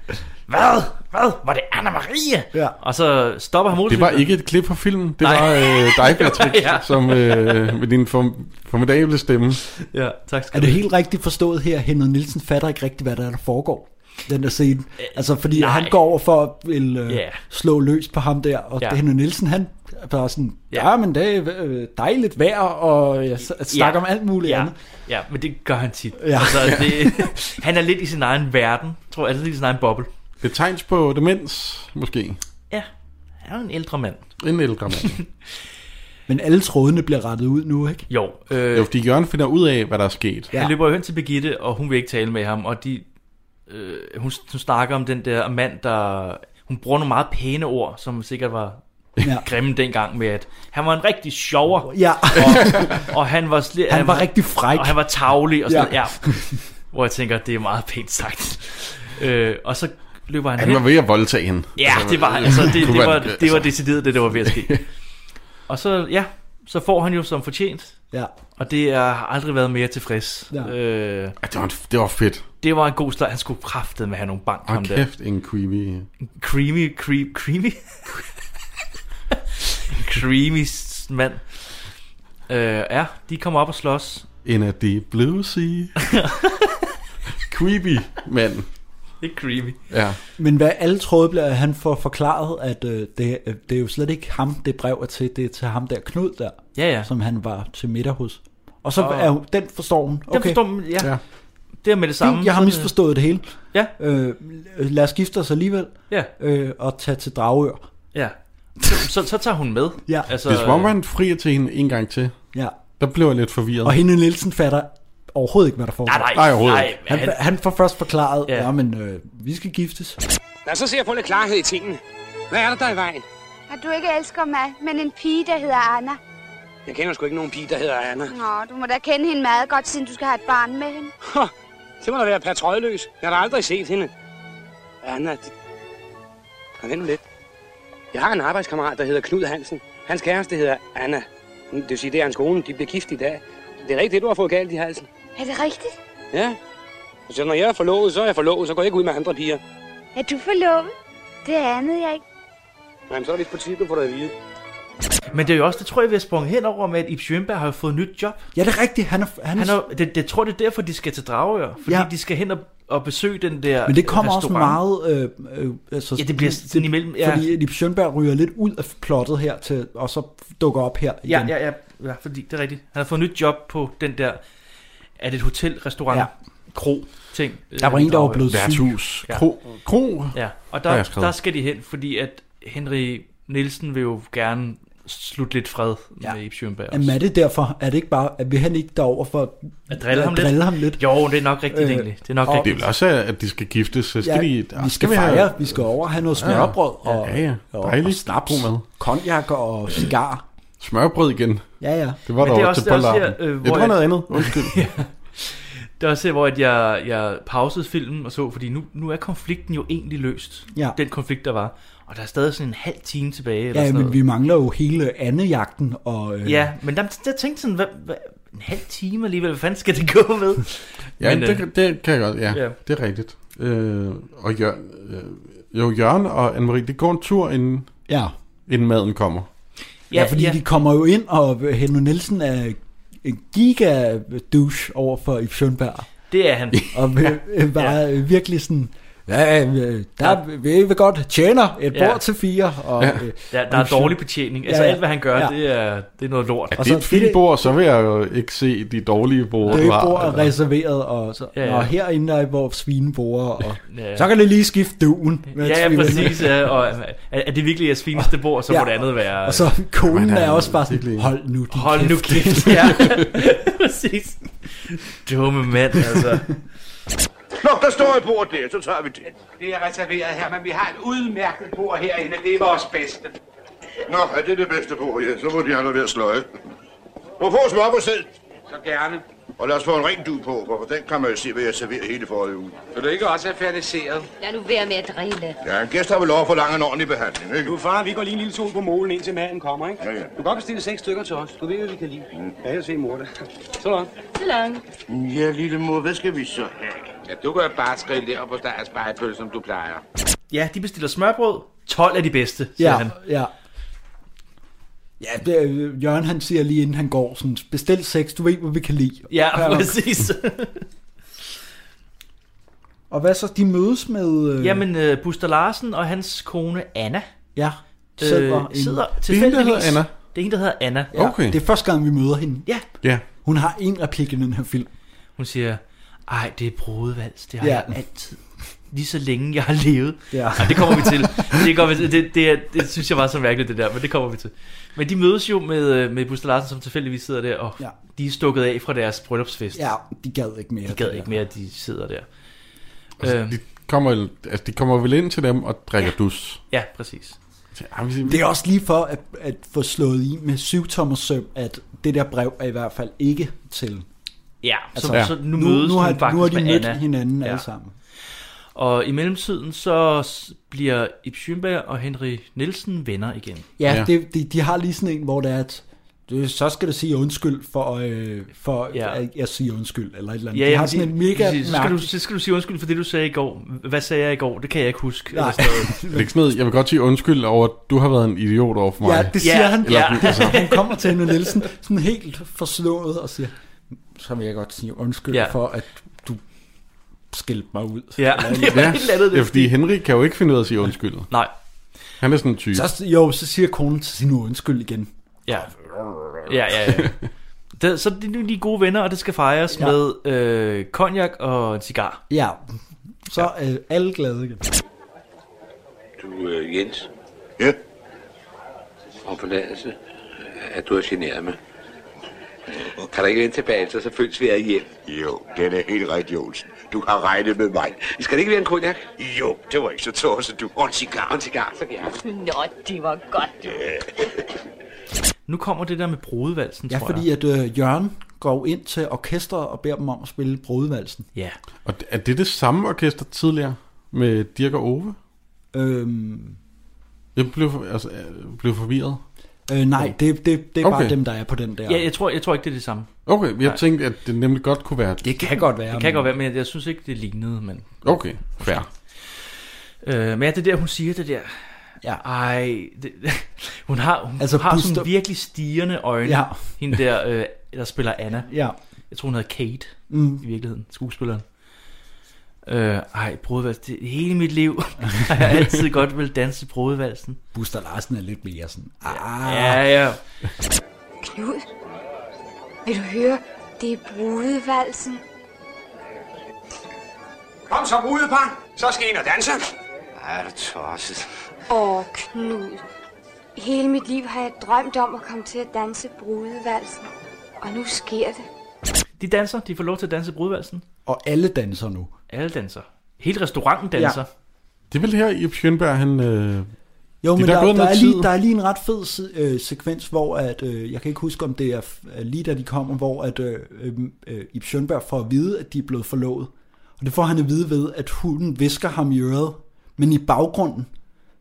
Hvad? Hvad? Var det Anna-Marie?
Ja.
Og så stopper han
Det
motorcyklen.
var ikke et klip fra filmen. Det
Nej.
var øh, dig, Patrick,
ja.
som øh, med din form- formidable stemme.
Ja, tak
Er
skal du
det
have.
helt rigtigt forstået her? Henrik Nielsen fatter ikke rigtigt, hvad der, er, der foregår. Den der scene. Altså, fordi Nej.
Øh, nej.
han går over for at vil, øh,
Ja.
slå løs på ham der, og
Ja.
ja. Henrik Nielsen, han er bare sådan, ja,
Ja.
men det er øh, dejligt vejr, og jeg s- snakker ja. om alt muligt ja.
ja.
andet.
Ja, men det gør han tit.
Ja.
Ja. Altså, det, han er lidt i sin egen verden, tror jeg. Altså lidt i sin egen boble.
Det er tegns på demens, måske.
Ja, han er jo en ældre mand.
En ældre mand.
Men alle trådene bliver rettet ud nu, ikke?
Jo,
Det er
øh,
jo, fordi Jørgen finder ud af, hvad der er sket.
Ja.
han løber jo hen til Birgitte, og hun vil ikke tale med ham. Og de, øh, hun, hun snakker om den der mand, der... Hun bruger nogle meget pæne ord, som sikkert var
Ja.
ja. grimme dengang med, at han var en rigtig sjover.
Ja,
Og, og han var, sli-
han var rigtig fræk.
Og han var tavlig og sådan
Ja.
ja. ja. Hvor jeg tænker, det er meget pænt sagt. Øh, og så løber han,
Han
hen.
var ved at voldtage hende.
Ja, det var, altså, det, det,
kunne
var,
man-
det var decideret det, der var ved at ske. Og så, ja, så får han jo som fortjent,
Ja.
og det er- har aldrig været mere tilfreds.
Ja.
Ja. Øh,
Ja, det, var, det var fedt.
det var en god slag. Han skulle kraftedeme med have nogle bank, ham
Og
der.
kæft, en creepy.
Creamy, creep, creamy? creamy s- mand. Øh, ja, de kommer op og slås.
En af de blue sea. creepy mand.
Det er creamy.
Ja.
Men hvad alle tråde bliver, han får forklaret, at øh, det, øh, det er jo slet ikke ham, det brev er til, det er til ham der, Knud der,
Ja, ja.
som han var til middag hos. Og så
Og-
er hun, den forstår hun. Okay.
Den forstår man, ja.
Ja.
ja. Det er med det samme.
Fint, jeg har
Så-
misforstået det hele.
Ja.
Øh, lad os gifte os alligevel
Ja,
øh, og tage til Dragør.
ja. Så, så, så tager hun med.
Ja.
Altså,
Det er som om, han frier til hende en gang til.
Ja.
Der blev jeg lidt forvirret.
Og hende Nielsen fatter overhovedet ikke, hvad der foregår.
Nej, nej,
Nej, overhovedet
nej.
ikke.
Han,
Han, han får først forklaret,
Ja.
ja, men øh, vi skal giftes.
Lad os så se at få lidt klarhed i tingene. Hvad er der der er i vejen?
At du ikke elsker mig, men en pige, der hedder Anna.
Jeg kender sgu ikke nogen pige, der hedder Anna.
Nå, du må da kende hende meget godt, siden du skal have et barn med hende.
Det må da være patrøjløs. Jeg har da aldrig set hende. Anna, det... Kom ind nu lidt. Jeg har en arbejdskammerat, der hedder Knud Hansen. Hans kæreste hedder Anna. Det vil sige, det er hans kone. De bliver gift i dag. Det er rigtigt, det du har fået galt i halsen.
Er det rigtigt?
Ja. Så når jeg er forlovet, så er jeg forlovet. Så går jeg ikke ud med andre piger.
Er du forlovet? Det anede jeg ikke.
Jamen, så er det vist på tide, du får det at vide.
Men det er jo også, det tror jeg, vi har sprunget hen over med, at Ib Schønberg har jo fået nyt job.
Ja, det er rigtigt. Han er, han er,
Han er, det, det tror det er derfor, de skal til Dragør. Fordi
Ja.
ja. de skal hen og, og besøge den der
Men det kommer også
restaurant.
meget... Øh, øh, altså,
Ja, det bliver sådan imellem, ja.
Fordi Lip Schønberg ryger lidt ud af plottet her, til, og så dukker op her igen.
Ja, ja, ja, ja, fordi det er rigtigt. Han har fået nyt job på den der, er det et hotel, restaurant,
Ja.
ja. kro, ting. Øh,
Der var en, der var blevet syg.
Værtshus.
Ja.
Kro. Kro.
Ja, og
har
der,
jeg skrevet.
der skal de hen, fordi at Henry Nielsen vil jo gerne slutte lidt fred ja. med Ib Schønberg
Jamen, er det derfor? Er det ikke bare... Er vi han ikke derover for
At drille ham,
drille
lidt.
ham lidt?
Jo, det er nok rigtigt
Øh,
øh, egentlig. Det er nok
og-
Det er
rigtigt.
vel også, at de skal giftes. Så skal
Ja,
de,
ah,
vi skal
have-
fejre, vi skal over og have noget smørbrød og,
Ja, ja.
og, og
Dejligt.
snaps,
God mad.
konjak og cigar.
Smørbrød igen.
Ja, ja.
Det var
Men
der
det er
også
også-
til
det er også
Polaren.
her, øh,
Jeg
hvor
tror
jeg-
noget andet. Undskyld.
Det er også her, hvor at jeg, jeg pausede filmen og så, fordi nu, nu er konflikten jo egentlig løst.
Ja.
Den konflikt, der var. Og der er stadig sådan en halv time tilbage. Eller
Ja,
sådan
men
noget.
vi mangler jo hele andejagten og... Øh,
Ja, men der, der tænkte sådan, hvad, hvad, en halv time alligevel, hvad fanden skal det gå med?
Ja,
Men,
men,
øh,
det, det kan jeg godt, ja.
ja.
ja. Det er rigtigt. Øh, og Jørgen, øh, jo, Jørgen og Anne-Marie, det går en tur, inden,
ja.
inden maden kommer.
Ja, fordi de kommer jo ind, og Henry Nielsen er en giga-douche over for Yves Schønberg.
det er han.
Og øh, var ja. virkelig sådan, ja, øh, der vi vil godt tjener et
Ja.
bord til fire. Og, ja. øh,
Der, der er dårlig betjening. Altså
Ja, ja.
alt, hvad han gør,
Ja.
det, er, det er noget lort.
Er
Og
det
så
et
det-
fint bord, så vil jeg jo ikke se de dårlige bord.
det
var-
bord er
eller-
reserveret, og, så, ja,
Ja,
ja.
ja.
og herinde er vores svinebord, og
Ja.
så kan det lige skifte duen. mens
Ja, ja,
vi venter.
præcis. Ja, og er, er det virkelig jeres fineste bord, så
Ja.
ja. må det andet være...
Og så konen
Jamen,
er
han er
også bare sådan,
virkelig-
hold nu din
Hold nu
kæft.
kæft, ja. præcis. Dumme mand, altså.
Nå, der står et bord der, så tager vi det.
Det er reserveret her, men vi har et udmærket bord herinde. Det er vores bedste.
Nå, er det det bedste bord, ja, så må de andre være sløje. Må få smørbrød selv.
Så gerne.
Og lad os få en ren du på, for på den kan man jo se, hvad jeg serverer hele forrige uge.
Vil du ikke også have ferniseret?
Lad nu være med at drille.
Ja, en gæst har vel lov at forlange en ordentlig behandling, ikke?
Du, far, vi går lige en lille tur på målen, indtil maden kommer, ikke?
Ja, ja.
Du kan godt bestille seks stykker til os. Du ved jo, vi kan lide. Mm. Ja, jeg ser mor det. Så langt.
Så langt.
Ja, lille mor, hvad skal vi så have?
Ja, du kan bare skrive der på dig og spejepøl, som du plejer.
Ja, de bestiller smørbrød. 12 er de bedste, siger
Ja,
han.
ja. Ja, det, er- Jørgen han siger lige inden han går sådan, bestil sex, du ved hvad vi kan lide.
Ja,
nok.
præcis.
Og hvad så, de mødes med... Øh,
Jamen, uh, Buster Larsen og hans kone Anna
Ja,
øh,
sidder, en,
sidder
Det er hende, der
tilfældigvis...
hedder Anna.
Det er hende, der hedder Anna.
Ja,
Okay.
Det er første gang vi møder hende.
Ja,
Ja.
Hun har en replik i den her film.
Hun siger, ej, det er brudevals, det har
Ja.
ja. jeg altid. Lige så længe jeg har levet.
Ja.
Ej, det kommer vi til. Det, kommer vi til. Det, det, er- det, synes jeg var så mærkeligt, det der, men det kommer vi til. Men de mødes jo med, øh, med Buster Larsen, som tilfældigvis sidder der, og
Ja.
ja. de er stukket af fra deres bryllupsfest.
Ja, de gad ikke mere.
De gad ikke mere, at de sidder der.
Altså,
Øh.
de, kommer, altså, de kommer vel ind til dem og drikker dus.
Ja, præcis.
Ja, vi-
Det er også lige for at, at få slået i med syv tommers søm, at det der brev er i hvert fald ikke til. Altså,
Ja, så,
ja.
så nu, mødes
nu,
nu,
har,
hun faktisk
nu har de
med
mødt
Anna.
hinanden
Ja.
alle sammen.
Og i mellemtiden så s- bliver Ib Schønberg og Henry Nielsen venner igen.
Ja, ja.
Ja.
Det, de, de har lige sådan en, hvor det er, at det, så skal du sige undskyld for, øh, for ja.
Ja.
at jeg siger undskyld, eller et eller andet.
Ja,
de
ja,
har
men
sådan
de-
en mega
præcis. så skal, du,
mærkelig...
så skal du sige undskyld for det, du sagde i går. Hvad sagde jeg i går? Det kan jeg ikke huske.
Nej.
Eller sådan noget.
Er det ikke sådan noget, jeg vil godt sige undskyld over, at du har været en idiot over for mig.
Ja, det siger
Ja,
han.
Eller,
ja.
altså,
Han kommer til Henry Nielsen sådan helt forslået og siger, så vil jeg godt sige undskyld ja.
Ja.
for, at du skældte mig ud.
Ja, det var
ja.
et eller andet.
ja, fordi Henrik kan jo ikke finde ud af at sige undskyld.
Nej,
Han er sådan en type.
Så, jo, så siger konen til sin undskyld igen.
ja. Ja, ja, ja. Det, så det, nu er de gode venner, og det skal fejres
Ja.
ja. med øh, cognac og en cigar.
Ja, så er øh, alle glade igen.
Du, øh, Jens,
Ja,
om forladelse, at du har generet mig. Kan der ikke vende tilbage, så, så føles vi ad hjem.
jo, den er helt rigtig, Olsen. Du har regnet med mig.
Skal det ikke være en konjak?
Jo, det var ikke så tosset, du. Og en cigar.
Og en cigar, så kan jeg.
Nå, det var godt.
Nu kommer det der med brudevalsen,
Ja,
tror
fordi at
jeg.
øh, Jørgen går ind til orkestret og beder dem om at spille brudevalsen.
Ja.
Og er det det samme orkester tidligere med Dirk og Ove?
Øhm...
Jeg blev, for- altså, jeg blev forvirret.
Øh, nej, det, det, det er okay. bare
Okay.
dem, der er på den der.
Ja, jeg tror, jeg tror ikke, det er det samme.
Okay, jeg
Nej.
tænkte, at det nemlig godt kunne være...
Det kan godt være.
Det kan godt være, men jeg synes ikke, det lignede, men...
Okay, fair.
Øh, men ja, det der, hun siger det der...
Ja.
Ej, det, hun har, hun
Altså,
altså, har sådan
Buster-
virkelig stigende øjne.
Ja.
Hende der, øh, der spiller Anna.
Ja.
Jeg tror, hun hedder Kate
Mm.
mm. i virkeligheden, skuespilleren. Øh, ej, brudevals, det, hele mit liv har jeg altid godt vil danse brudevalsen.
Buster Larsen er lidt mere sådan... Ah,
Ja, ja.
Knud, vil du høre? Det er brudevalsen.
Kom så, brudepar. Så skal I ind og danse.
Ej, er du tosset.
Åh, Knud. Hele mit liv har jeg drømt om at komme til at danse brudevalsen. Og nu sker det.
De danser, de får lov til at danse brudevalsen.
Og alle danser nu.
Alle danser. Hele restauranten danser. Ja.
Det er vel her, i Sjønberg, han... Øh,
Jo,
de
men der, der,
gået
der,
noget
er lige,
tid.
der er lige en ret fed se- øh, sekvens, hvor at, øh, jeg kan ikke huske, om det er f- er lige da de kommer, hvor at, øh, øh, øh, Ib Schønberg får at vide, at de er blevet forlovet. Og det får han at vide ved, at hunden visker ham i øret, men i baggrunden,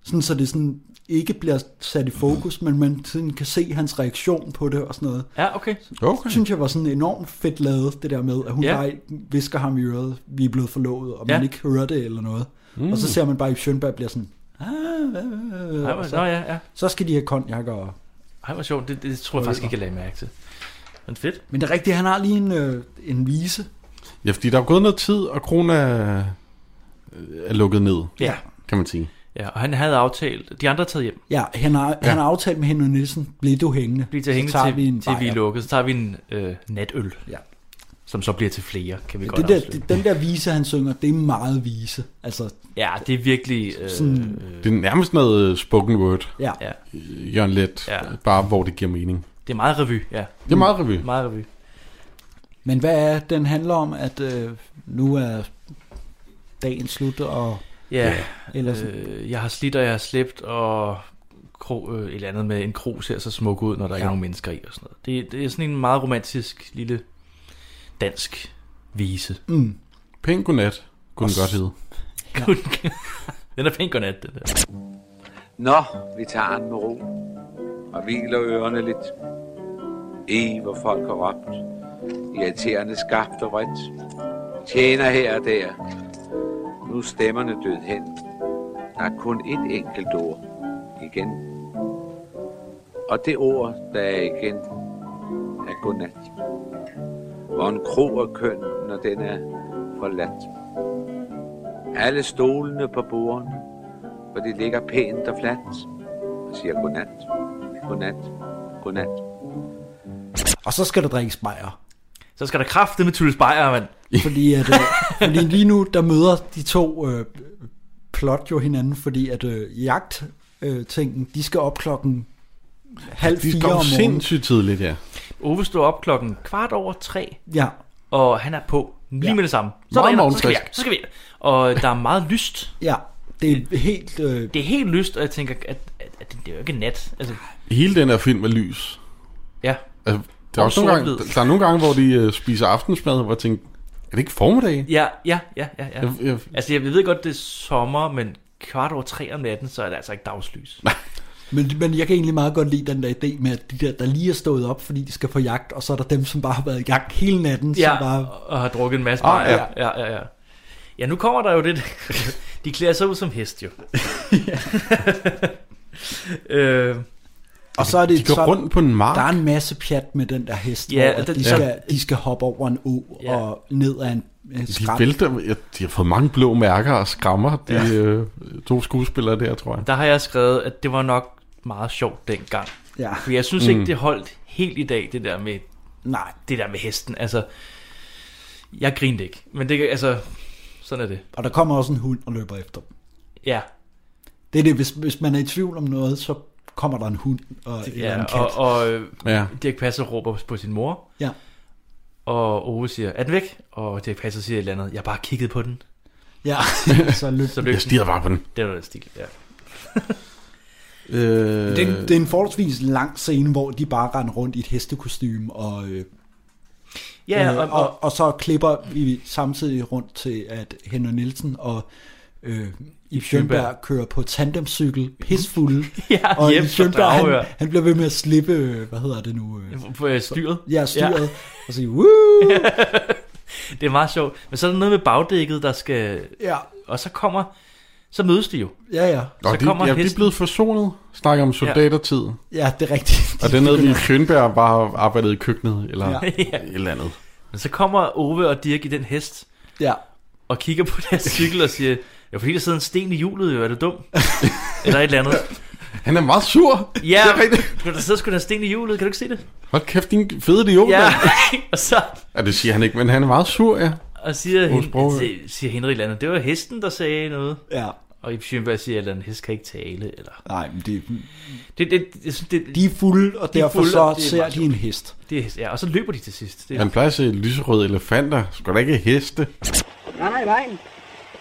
sådan, så det sådan ikke bliver sat i fokus, men man sådan kan se hans reaktion på det og sådan noget.
Ja, okay.
Okay.
synes jeg var sådan enormt fedt lavet, det der med, at hun ja.
Ja.
bare visker ham i øret, vi er blevet forlovet, og man
Ja.
ikke hører det eller noget. Mm.
Mm.
Og så ser man bare, at Ib Schønberg bliver sådan, ah, hvad, hvad,
Ej,
hvad,
hvor-
og
nå,
så,
ja, ja.
så skal de have konjak og
Ej, hvor sjovt. Det, det tror jeg faktisk ikke, jeg lagde mærke til. Men fedt.
Men det er rigtigt, han har lige en, øh, en vise.
ja, fordi der er gået noget tid, og kronen er, øh, er lukket ned,
Ja.
kan man sige.
Ja, og han havde aftalt, de andre er taget hjem.
Ja, han har, ja. han har aftalt med Henry Nielsen, bliv du hængende.
Bliv til at hænge
så tager
til,
vi en
til vi er
bajer."
lukket. Så tager vi en øh, natøl.
Ja.
Som så bliver til flere, kan vi
Men
godt
det der,
afsløre.
det, den der vise, han synger, det er meget vise. Altså,
Ja, det er virkelig... Øh,
Sådan-
Det er nærmest noget øh, spoken word,
ja.
ja.
øh, Jørgen Let,
Ja.
ja. bare hvor det giver mening.
Det er meget revy, ja.
Det er meget revy.
Meget revy.
Men hvad er, den handler om, at øh, nu er dagen slut, og
Ja,
eller sådan.
øh, jeg har slidt, og jeg har slæbt, og kro, øh, et eller andet med en krog ser så smuk ud, når der ja. ikke er nogen mennesker i og sådan noget. Det, det er sådan en meget romantisk lille dansk vise.
Mm.
Pæn godnat, kunne den godt hedde.
den er pænt godnat, den der.
Nå, vi tager den med ro og hviler ørerne lidt. E, hvor folk har råbt. Irriterende skarpt og vredt. Tjener her og der. Nu er stemmerne død hen. Der er kun et enkelt ord igen. Og det ord, der er igen, er godnat. Hvor en krog er køn, når den er forladt. Alle stolene på bordene for det ligger pænt og fladt, og siger godnat, godnat, godnat.
og så skal der drikkes bajer.
Så skal der krafte med Tulles Beyer, mand.
Fordi, at, øh, fordi lige nu, der møder de to øh, plot jo hinanden, fordi at øh, jagt øh, tingen, de skal op klokken halv
De
fire om
står
morgenen.
sindssygt tidligt, ja.
Ove står op klokken kvart over tre,
Ja,
og han er på lige
Ja.
ja. med det samme. Så,
Meget
er der en, så skal vi
morgenfrisk.
ind, så skal vi ind. Og der er meget lyst.
ja, det er helt... Øh,
Det er helt lyst, og jeg tænker, at, at, at det er jo ikke nat. Altså,
Hele den her film er lys.
ja.
Altså, der, er
Og
også nogle gange,
sort-hvid.
der er nogle gange, hvor de øh, spiser aftensmad, hvor jeg tænker, er det ikke formiddag?
Ja, ja, ja, ja, ja.
Jeg, jeg,
Altså, jeg ved godt, det er sommer, men kvart over tre om natten, så er det altså ikke dagslys.
Men, men jeg kan egentlig meget godt lide den der idé med, at de der, der lige er stået op, fordi de skal på jagt, og så er der dem, som bare har været i gang hele natten,
Ja,
som bare...
og har drukket en masse
Ah,
bajer. ja. ja, ja, ja. Ja, nu kommer der jo det. De klæder sig ud som hest, jo. øh,
Og så er det
de går
så,
rundt på en mark.
Der er en masse pjat med den der hest,
Ja,
ja, hvor at
den-
de,
ja.
skal, de skal hoppe over en å
Ja.
og ned ad en en
De
skrænt.
vælter, ja, de har fået mange blå mærker og skrammer, de ja. øh, to skuespillere der, tror jeg.
der har jeg skrevet, at det var nok meget sjovt dengang.
Ja.
For jeg synes mm. ikke, det holdt helt i dag, det der med,
Nej,
det der med hesten. Altså, jeg grinede ikke. Men det, kan- altså, sådan er det.
og der kommer også en hund og løber efter dem.
Ja,
Det er det, hvis, hvis man er i tvivl om noget, så kommer der en hund og en eller
ja
anden kat.
og, og øh,
Ja.
Dirk Passer råber på sin mor,
Ja.
og Ove siger, er den væk? Og Dirk Passer siger et eller andet, jeg har bare kigget på den.
ja, så løb.
Så
Så
løb
Jeg
den.
stiger bare på den.
Det var den stil, ja.
Øh,
Det, er en- det er en forholdsvis lang scene, hvor de bare render rundt i et hestekostume og... Øh,
Ja,
øh,
og-
og, og, og så klipper vi samtidig rundt til, at Henry Nielsen og øh, Ib Schønberg
Schønberg.
kører på tandemcykel, pisfulde,
Ja,
og
hjem
Ib
fra
Schønberg,
Dragør.
han, han bliver ved med at slippe, øh, hvad hedder det nu?
Øh, styret.
Ja, styret,
Ja.
ja. og sige, woo!
Det er meget sjovt. Men så er der noget med bagdækket, der skal...
Ja.
Og så kommer... Så mødes de jo.
Ja, ja.
Nå,
så
de, ja, de er blevet forsonet. Snakker om soldatertid.
Ja, det er rigtigt.
Og det er noget, vi i Schønberg bare arbejdede i køkkenet, eller
Ja.
ja. et eller andet.
Men så kommer Ove og Dirk i den hest.
Ja.
Og kigger på deres cykel og siger, ja, fordi der sidder en sten i hjulet, jo, er du dum? eller et eller andet.
Han er meget sur.
Ja, men der sidder sgu da en sten i hjulet, kan du ikke se det?
Hold kæft, din fede idiot.
Ja,
Ja.
og så
ja, det siger han ikke, men han er meget sur, ja.
og siger,
Vores bror.
hen, siger- siger Henrik et eller andet, det var hesten, der sagde noget.
Ja.
Og Ib Schønberg siger, at en hest kan ikke tale. Eller...
Nej, men det,
det, det, jeg synes, det,
De er fulde, og
de er
derfor
fulde,
så
og det er
ser
meget
de
sjovt.
en hest.
Det er hest, ja, og så løber de til sidst. Det er,
Han plejer at se lyserøde elefanter. Skal da ikke heste?
Nej, i vejen.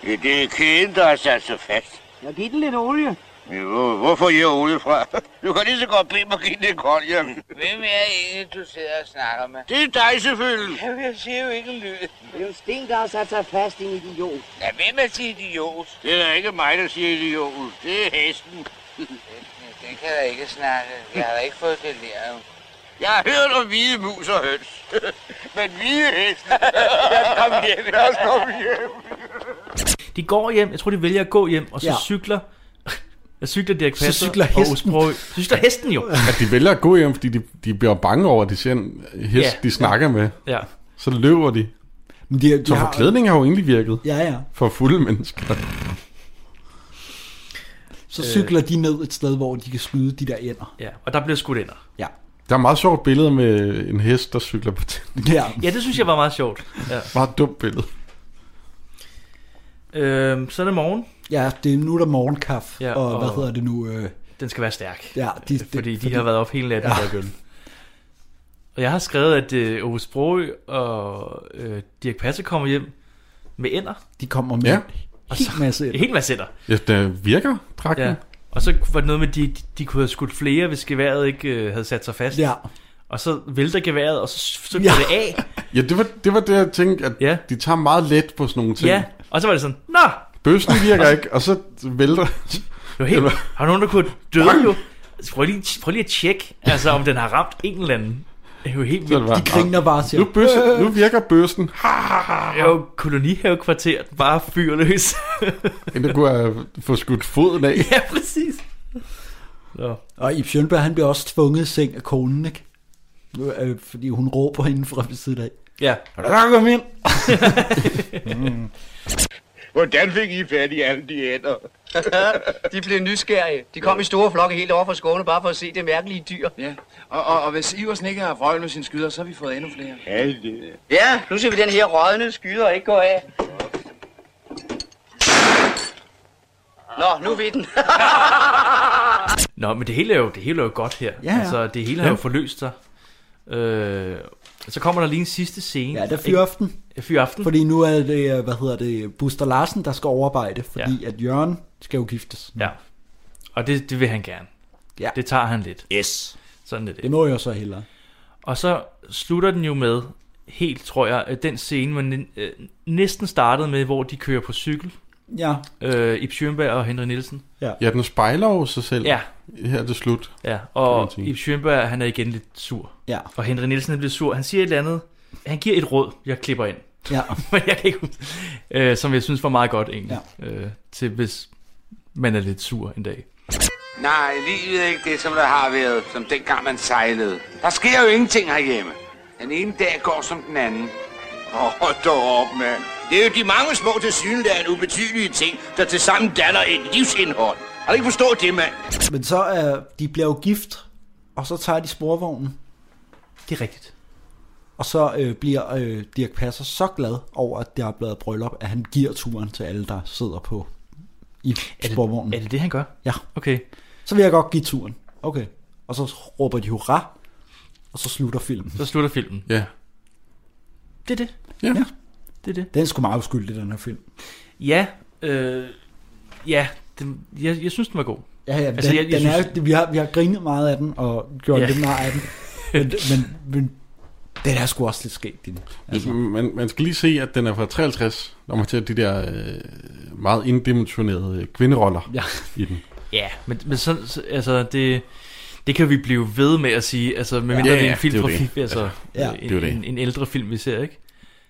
Ja, det er kæden, der har sat sig fast.
Jeg giver den lidt olie.
Ja, hvor, hvorfor jeg olie fra? Du kan lige så godt bede mig at give det koldt, jamen.
Hvem er egentlig, du sidder og snakker med?
Det er dig selvfølgelig.
Jamen, jeg siger jo ikke en lyd. Det er jo en sten, der har sat sig fast i en idiot. Ja, hvem er til idiot?
Det er da ikke mig, der siger idioten. Det er hesten.
Den kan da ikke snakke. Jeg har da ikke fået det lært.
Jeg har hørt om hvide mus og høns. Men hvide hesten. Lad os komme hjem. Lad os komme hjem.
De går hjem, jeg tror de vælger at gå hjem, og så
Ja.
ja. cykler... Jeg cykler Dirk
Så
Passer.
cykler
og
hesten.
Osbro. Så cykler hesten jo.
At de vælger at gå hjem, fordi de, de bliver bange over, at de ser en hest,
Ja.
ja. de snakker med.
Ja.
Så løber de.
Men de, de
så
har-
forklædning har jo egentlig virket.
Ja, ja.
For fulde mennesker.
Så
Øh.
cykler de ned et sted, hvor de kan skyde de der ender.
Ja, og der bliver skudt ender.
Ja.
Der er meget sjovt billede med en hest, der cykler på tænding.
Ja.
Ja, det synes jeg var meget sjovt. Ja.
Meget dumt billede.
Øhm, så er det morgen.
Ja, det er nu er der morgenkaffe,
Ja,
ja, og, og hvad
og-
hedder det nu? Øh,
Den skal være stærk.
Ja, de- det-
fordi de
fordi-
har været op hele natten
Ja.
ja. og gønne. Og jeg har skrevet, at øh, Ove Sprogø og øh, Dirk Passer kommer hjem med ender.
de kommer med
Ja.
ja. helt masse
En hel masse ender.
Ja, der virker dragten.
Ja.
Ja.
Og så var det noget med, at de, de kunne have skudt flere, hvis geværet ikke øh, havde sat sig fast.
Ja.
Og så vælter geværet, og så søgte ja. det af.
ja, det var det, var det jeg tænkte, at ja. de tager meget let på sådan nogle ting.
Ja, og så var det sådan, Nå!
Bøssen virker ikke, og så vælter...
Det var helt, har nogen, der kunne døde jo? Prøv lige, prøv lige at tjekke, altså om den har ramt en eller anden. Det er jo helt
Så er det bare-
vildt.
De griner
bare og siger,
Nu, bøsse, nu virker bøssen.
Det er jo kolonihavekvarteret, bare fyr løs.
Inden kunne have få skudt foden af.
ja, præcis. Nå.
Og Ip Schønberg, han bliver også tvunget i seng af konen, ikke? Nu, Øh, fordi hun råber indenfra ved siden af.
Ja.
Og der kom ind!
Mm. Hvordan fik I fat i alle de ænder?
de blev nysgerrige. De kom i store flokke helt over fra Skåne, bare for at se det mærkelige dyr. Ja, og, og, og hvis Iversen ikke har vrøvl med sin skyder, så har vi fået endnu flere.
Ja, det...
Ja, nu ser vi den her rådne skyder ikke gå af. Nå, nu ved den.
Nå, men det hele er jo, det hele er jo godt her.
Ja, ja.
Altså, det hele har
Ja.
jo forløst sig. Øh, så kommer der lige en sidste scene.
Ja, det er fyraften.
Ja, fyraften.
Fordi nu er det, øh, hvad hedder det, Buster Larsen, der skal overarbejde, fordi ja. at Jørgen skal jo giftes.
Ja. Og det, det vil han gerne.
Ja.
Det tager han lidt.
Yes.
Sådan er det.
Det må jeg så hellere.
Og så slutter den jo med, helt tror jeg, at den scene, man øh, næsten startede med, hvor de kører på cykel.
Ja.
Øh, Ib Schønberg og Henry Nielsen.
Ja, den spejler jo sig selv.
Ja.
Her er det slut.
Ja,
kan man
og
sige.
Ib Schønberg, han er igen lidt sur.
Ja.
Og Henry Nielsen er blevet sur. Han siger et eller andet. Han giver et råd, jeg klipper ind.
Ja.
Men jeg kan ikke huske. Øh, som jeg synes var meget godt egentlig. Ja. Øh, til hvis man er lidt sur en dag.
Nej, livet er ikke det, som der har været, som dengang man sejlede. Der sker jo ingenting herhjemme. Den ene dag går som den anden.
Åh, oh, dog op, mand. Det er jo de mange små tilsyneladende ubetydelige ting, der tilsammen danner et livsindhold. Har du ikke forstået det, mand?
Men så er, de bliver jo gift, og så tager de sporvognen.
Det er rigtigt.
Og så øh, bliver øh, Dirk Passer så glad over, at der er blevet bryllup, at han giver turen til alle, der sidder på i sporvognen. Er
det det, han gør?
Ja.
Okay.
Så vil jeg godt give turen. Okay. Og så råber de hurra, og så slutter filmen.
Så slutter filmen.
Ja.
Det er det.
Ja. ja.
Det er det.
Den er sgu meget uskyldig, den her film.
Ja, øh, ja den, jeg, jeg synes, den var god.
Ja, ja, altså, den, jeg, jeg den synes... er, jo- vi, har, vi har grinet meget af den, og gjort
Ja.
ja. lidt meget af den. Men, men, men den er sgu også lidt skæg, din.
Altså. Man, man skal lige se, at den er fra 53, når man ser de der øh, meget indimensionerede øh, kvinderoller
ja.
i den.
Ja, men, men sådan, så- altså, det, det kan vi blive ved med at sige, altså, med
Ja,
mindre
ja,
det er en
ja, det er
film
jo
fra
det.
FIFA, altså,
Ja.
en,
Det er jo det.
en, en, ældre film, vi ser, ikke?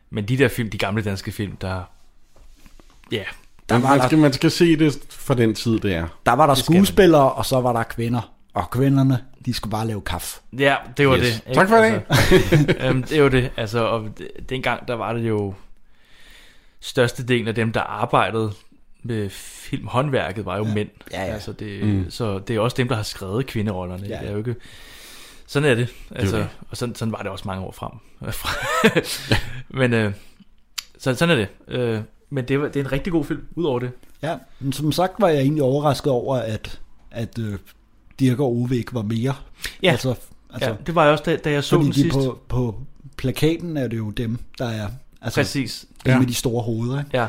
Men de der film, de gamle danske film, der, ja,
Der man, man, skal, man skal se det for den tid, det er.
Der var der skuespillere, og så var der kvinder. Og kvinderne, de skulle bare lave kaffe.
Ja, det var
Yes.
det. ikke?
Tak for i dag.
Altså, øhm, det var det. Altså, og det- dengang, der var det jo størstedelen af dem, der arbejdede med filmhåndværket, var jo ja. mænd. Ja, ja. Altså, det,
Mm.
mm. Så det er også dem, der har skrevet kvinderollerne.
Ja,
Ja,
ja.
ja. Det er jo ikke... Sådan er det.
jo
Altså, det
det.
Og sådan, sådan var det også mange år frem. men øh, så, sådan er det. Øh, men det, var, det er en rigtig god film, udover det.
Ja, men som sagt var jeg egentlig overrasket over, at, at øh, Dirk og Ove ikke var mere. Altså,
Ja. Ja, det var jeg også, da- da jeg så
fordi
den
de
sidst.
På, på plakaten er det jo dem, der er... Altså,
Præcis.
Dem
Ja.
med de store hoveder, ikke?
Ja.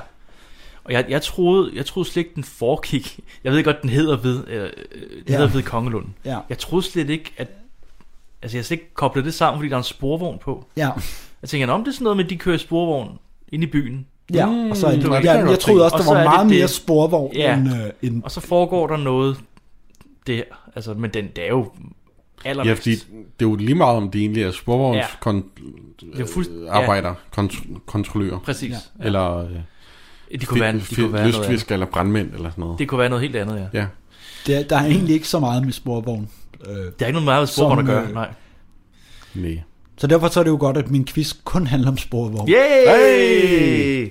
Og jeg, jeg, troede, jeg troede slet ikke, den foregik. Jeg ved godt, den hedder ved, øh, øh, den
Ja.
hedder ved Kongelunden.
Ja.
Jeg troede slet ikke, at... Altså, jeg har slet ikke koblet det sammen, fordi der er en sporvogn på.
Ja.
Jeg tænker, om det er sådan noget med, at de kører i sporvogn ind i byen. Mm.
Ja, og så er det-
Det var
ja,
ikke-
jeg
det var
troede også,
ting.
der var
Og så er
meget
det
mere
det.
sporvogn end, øh, end-
Og så foregår der noget der. Altså, men den der er jo
Ja,
allermest.
fordi det er jo lige meget, om det egentlig er sporvogns
Ja.
ja. kon-
Det er fuldst-
øh, arbejder, kont- kontrollører.
Præcis, Ja. ja.
Eller øh,
Det kunne være- det kunne være noget
lystfisker eller brandmænd eller sådan noget.
Det kunne være noget helt andet, ja.
ja.
Der, der er egentlig ikke så meget med sporvogn. Øh, der er
ikke noget meget med sporvogn at gøre, nej.
Nej.
Så derfor så er det jo godt, at min quiz kun handler om sporvogn.
Yay!
Hey!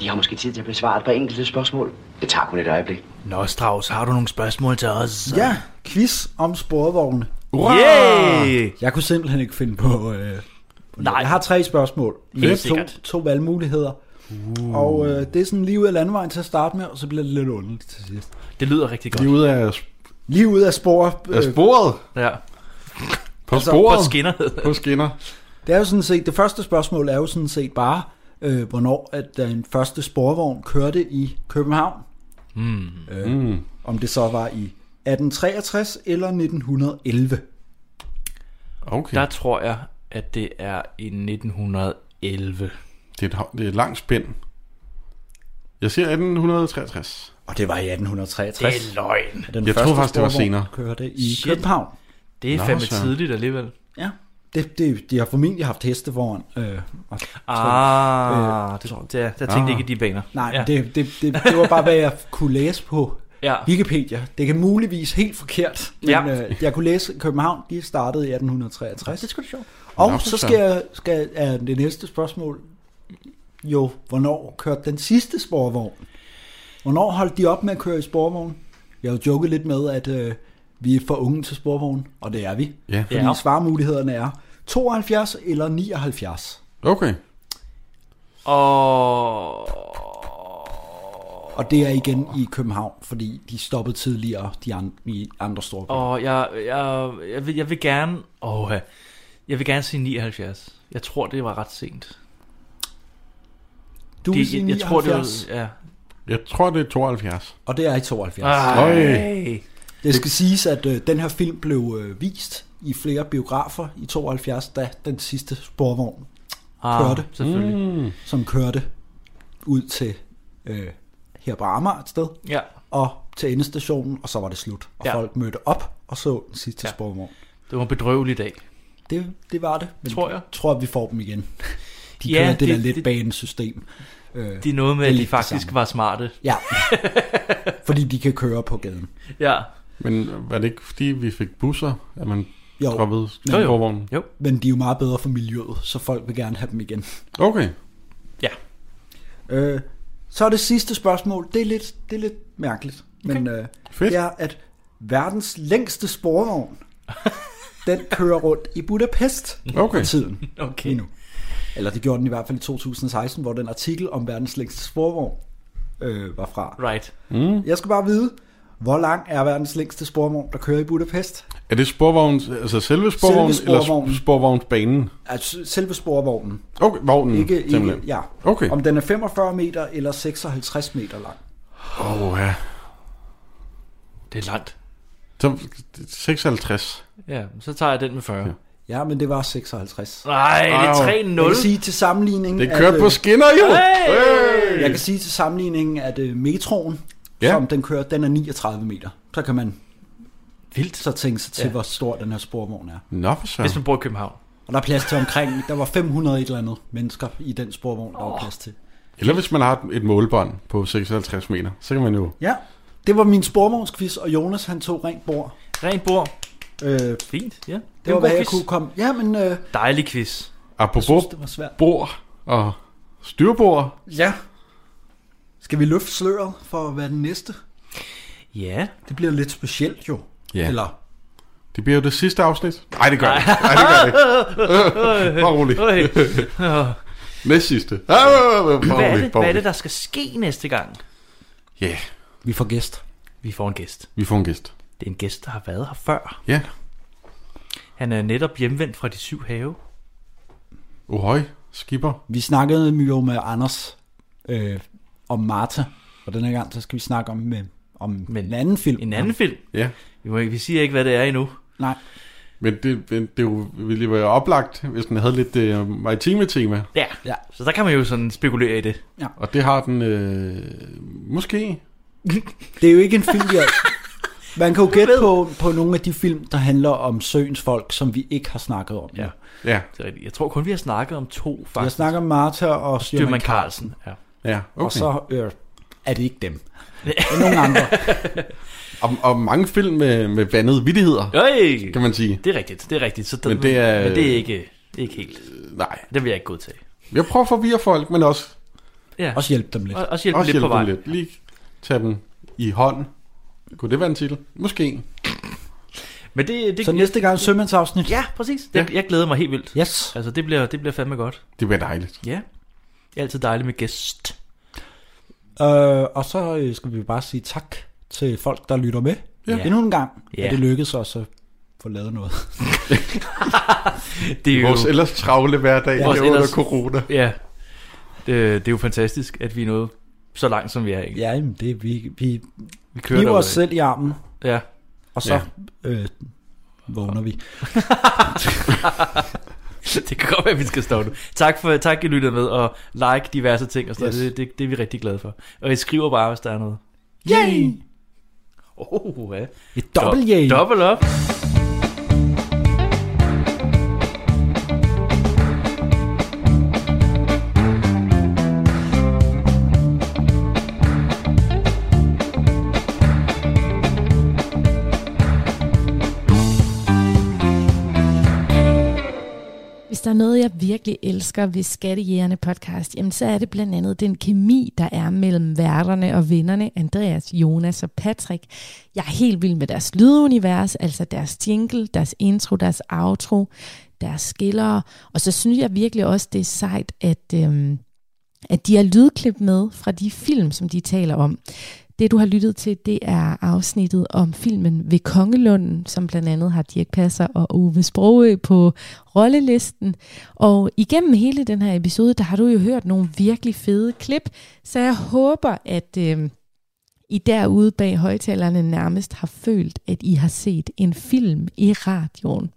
I har måske tid til at besvare et par enkelte spørgsmål. Det tager kun et øjeblik.
Nå, Strauss, har du nogle spørgsmål til os?
Ja, quiz om sporvogne.
Hurra! Yay!
Jeg kunne simpelthen ikke finde på... Øh, Nej. Jeg har tre spørgsmål.
Helt
Med to,
sikkert.
to valgmuligheder. Uh. Og øh, det er sådan lige ud af landevejen til at starte med, og så bliver det lidt underligt til sidst.
Det lyder rigtig godt.
Lige ud af...
Lige ud af spor... øh,
Af sporet?
Ja.
På sporet?
Altså, på skinner.
på skinner.
Det er jo sådan set, det første spørgsmål er jo sådan set bare, øh, hvornår at den første sporvogn kørte i København.
Mm.
嗯
Øh,
Mm.
Om det så var i 1863 eller 1911.
Okay.
Der tror jeg, at det er i 1911.
Det er et, ho- det er et langt spænd. Jeg siger 1863.
Og det var i 1863.
Det er løgn.
Den
jeg
første
troede faktisk, det var
sporvogn
senere.
kørte i
Shit.
Shit. København.
Det er
Nå,
fandme
så.
tidligt alligevel.
Ja. Det, det, de har formentlig haft heste foran. Øh, og-
Ah, det tror jeg. Der, der tænkte
Ah.
jeg ikke i de baner.
Øh, Nej,
ja.
ja. det, det, det, det var bare, hvad jeg kunne læse på
Ja.
Wikipedia. Det kan muligvis helt forkert, men
Ja.
ja. øh, jeg kunne læse, at København de startede i 1863. Det
skulle sjovt.
Og
Nå, for
så skal,
søren.
jeg, skal er det næste spørgsmål jo, hvornår kørte den sidste sporvogn? Hvornår holdt de op med at køre i sporvogn? Jeg har jo joket lidt med, at øh, vi er for unge til sporvogn, og det er vi.
Ja.
Fordi
Ja.
svarmulighederne er 72 eller 79.
Okay.
Og...
Og det er igen i København, fordi de stoppede tidligere de andre, i andre store byer.
Og jeg, jeg, jeg, vil, jeg vil gerne... Åh, ja. jeg vil gerne sige 79. Jeg tror, det var ret sent.
Du
det,
vil sige
jeg, jeg tror, det var,
79.
ja.
Jeg tror, det er 72.
Og det er i 72.
Ej. Ej.
Det skal siges, at øh, den her film blev øh, vist i flere biografer i 72, da den sidste sporvogn
Ah,
kørte.
selvfølgelig.
Mm. Som kørte ud til øh, her på Amager et sted.
Ja.
Og til endestationen, og så var det slut. Og ja. folk mødte op og så den sidste ja. sporvogn.
Det var en bedrøvelig dag.
Det, det var det. Men
Tror jeg.
tror, at vi får dem igen. De
Ja,
kører ja, det, det
det-
der lidt
det-
banesystem. Øh,
Det er noget med, at de
lidt det
faktisk
samme.
var smarte.
Ja. Fordi de kan køre på gaden.
Ja.
Men var det ikke, fordi vi fik busser, at man
Jo.
droppede
Jo, jo.
sporvognen?
Jo.
Men de er jo meget bedre for miljøet, så folk vil gerne have dem igen.
Okay.
Ja.
Øh, så er det sidste spørgsmål. Det er lidt, det er lidt mærkeligt. Okay. Men øh, det er, at verdens længste sporvogn, den kører rundt i Budapest
Okay.
for tiden.
Okay.
Lige nu. Eller det gjorde den i hvert fald i 2016, hvor den artikel om verdens længste sporvogn øh, var fra.
Right.
Mm. Jeg skal bare vide, hvor lang er verdens længste sporvogn, der kører i Budapest?
Er det sporvogns, altså selve sporvognen,
Selve sporvognen.
eller sp- sporvognsbanen?
Altså selve sporvognen.
Okay, vognen,
Ikke, ikke,
simpelthen.
ja.
Okay.
Om den er 45 meter eller 56 meter lang.
Åh, oh, ja.
Det er langt.
Så 56.
Ja, så tager jeg den med 40. Ja.
Ja, men det var 56.
Nej, det er 3-0.
Jeg kan sige til sammenligning...
Det er kørt
øh,
på skinner, jo. Hey!
Jeg kan sige til sammenligning, at øh, metroen,
Ja.
ja. som den kører, den er 39 meter. Så kan man
Vildt.
så tænke sig til,
Ja.
ja. hvor stor den her sporvogn er.
Nå, for søren.
Hvis man bor i København.
Og der er plads til omkring, der var 500 et eller andet mennesker i den sporvogn, der var plads til.
Eller hvis man har et målbånd på 56 meter, så kan man jo...
Ja, det var min sporvognsquiz, og Jonas han tog rent bord.
Rent bord.
Øh,
Fint, ja.
Det, var,
en
hvad jeg
god quiz.
kunne komme... Ja, men... Øh,
Dejlig quiz.
Apropos
det var svært.
bord og styrbord.
Ja. Skal vi løfte sløret for, hvad den næste?
Ja.
Det bliver lidt specielt jo.
Ja.
Eller...
Det bliver jo det sidste afsnit. Nej, det gør det ikke. Nej, det gør det ikke. Øh, Bare rolig. Næst sidste. Øh, Bare rolig.
Hvad
bare
er, det, hvad er
rolig.
det, der skal ske næste gang?
Ja, yeah,
Vi får gæst.
Vi får en gæst.
vi får en gæst.
Det er en gæst, der har været her før.
Ja.
Han er netop hjemvendt fra de syv have.
Ohøj, skipper.
Vi snakkede jo med Anders øh, om Marta, og den her gang så skal vi snakke om, med, om Men, en anden film.
En anden film?
Ja.
Vi, må ikke, vi siger ikke, hvad det er endnu.
Nej.
Men det, men det er jo, ville jo være oplagt, hvis den havde lidt øh, maritime tema.
Ja. ja. Så der kan man jo sådan spekulere i det.
Ja.
Og det har den øh, måske.
Det er jo ikke en film, jeg... Man kan jo gætte på, på nogle af de film, der handler om søens folk, som vi ikke har snakket om.
Ja.
Ja.
Det er rigtigt. Jeg tror kun, vi har snakket om to, faktisk.
Jeg snakker om Martha og
Styrman
Styrman
Carlsen. Ja.
Ja, okay.
Og så øh, er det ikke dem. Det er nogle andre.
Og, og mange film med, med vandede vittigheder,
Øj!
kan man sige.
Det er rigtigt, det er rigtigt. Så
Men det er- Øh,
men det er ikke, ikke helt.
Nej.
Det vil jeg ikke godtage.
Jeg prøver at forvirre folk, men også,
Ja.
Også hjælpe dem lidt.
Og- også hjælpe dem lidt på vej.
lidt. Lige tage dem i hånden. Kunne det være en titel? Måske.
Men det, det,
Så næste gang sømandsafsnit.
Ja, præcis. Det, Jeg glæder mig helt vildt.
Yes.
Altså, det bliver, det bliver fandme godt.
Det bliver dejligt.
Ja. Det er altid dejligt med gæst.
Øh, og så øh, skal vi bare sige tak til folk, der lytter med.
Ja.
Ja. Endnu en gang
Ja.
ja. er det lykkedes os at få lavet noget.
Det er
Vores ellers travle hverdag
Vores
her under corona.
Ja. Det, det er jo fantastisk, at vi er nået så langt, som vi er. Ikke?
ja, jamen, det, vi, vi,
Vi
vi
kører
kører os
derudad.
selv i armen,
Ja.
og så ja. øh, vågner vi.
det kan godt være, at vi skal stoppe nu. Tak for, tak, I lyttede med, og like diverse ting og sådan yes.
Yes.
det, det, det, er vi rigtig glade for. Og I skriver bare, hvis der er noget.
Yay!
Oh, ja.
Et dobbelt yay.
Dobbelt op.
Hvis der er noget, jeg virkelig elsker ved Skattejægerne podcast, jamen så er det blandt andet den kemi, der er mellem værterne og vennerne, Andreas, Jonas og Patrick. Jeg er helt vild med deres lydunivers, altså deres jingle, deres intro, deres outro, deres skillere. Og så synes jeg virkelig også, det er sejt, at... Øhm, at de har lydklip med fra de film, som de taler om. Det, du har lyttet til, det er afsnittet om filmen Ved Kongelunden, som blandt andet har Dirk Passer og Ove Sprogø på rollelisten. Og igennem hele den her episode, der har du jo hørt nogle virkelig fede klip, så jeg håber, at... Øh, i derude bag højtalerne nærmest har følt, at I har set en film i radioen.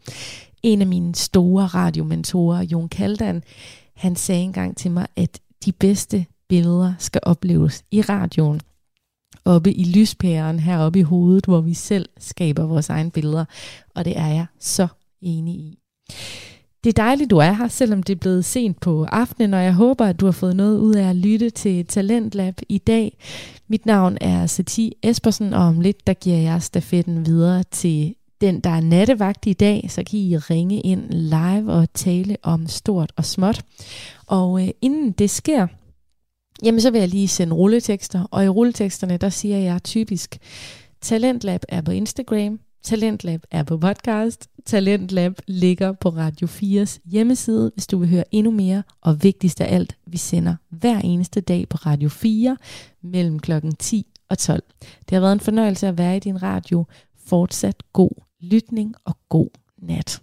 En af mine store radiomentorer, Jon Kaldan, han sagde engang til mig, at de bedste billeder skal opleves i radioen. Oppe i lyspæren heroppe i hovedet, hvor vi selv skaber vores egne billeder. Og det er jeg så enig i. Det er dejligt, du er her, selvom det er blevet sent på aftenen, og jeg håber, at du har fået noget ud af at lytte til Talentlab i dag. Mit navn er Sati Espersen, og om lidt, der giver jeg stafetten videre til den, der er nattevagt i dag, så kan I ringe ind live og tale om stort og småt. Og øh, inden det sker, Jamen, så vil jeg lige sende rulletekster, og i rulleteksterne, der siger jeg typisk, Talentlab er på Instagram, Talentlab er på podcast. Talentlab ligger på Radio 4's hjemmeside, hvis du vil høre endnu mere. Og vigtigst af alt, vi sender hver eneste dag på Radio 4 mellem klokken 10 og 12. Det har været en fornøjelse at være i din radio. Fortsat god lytning og god nat.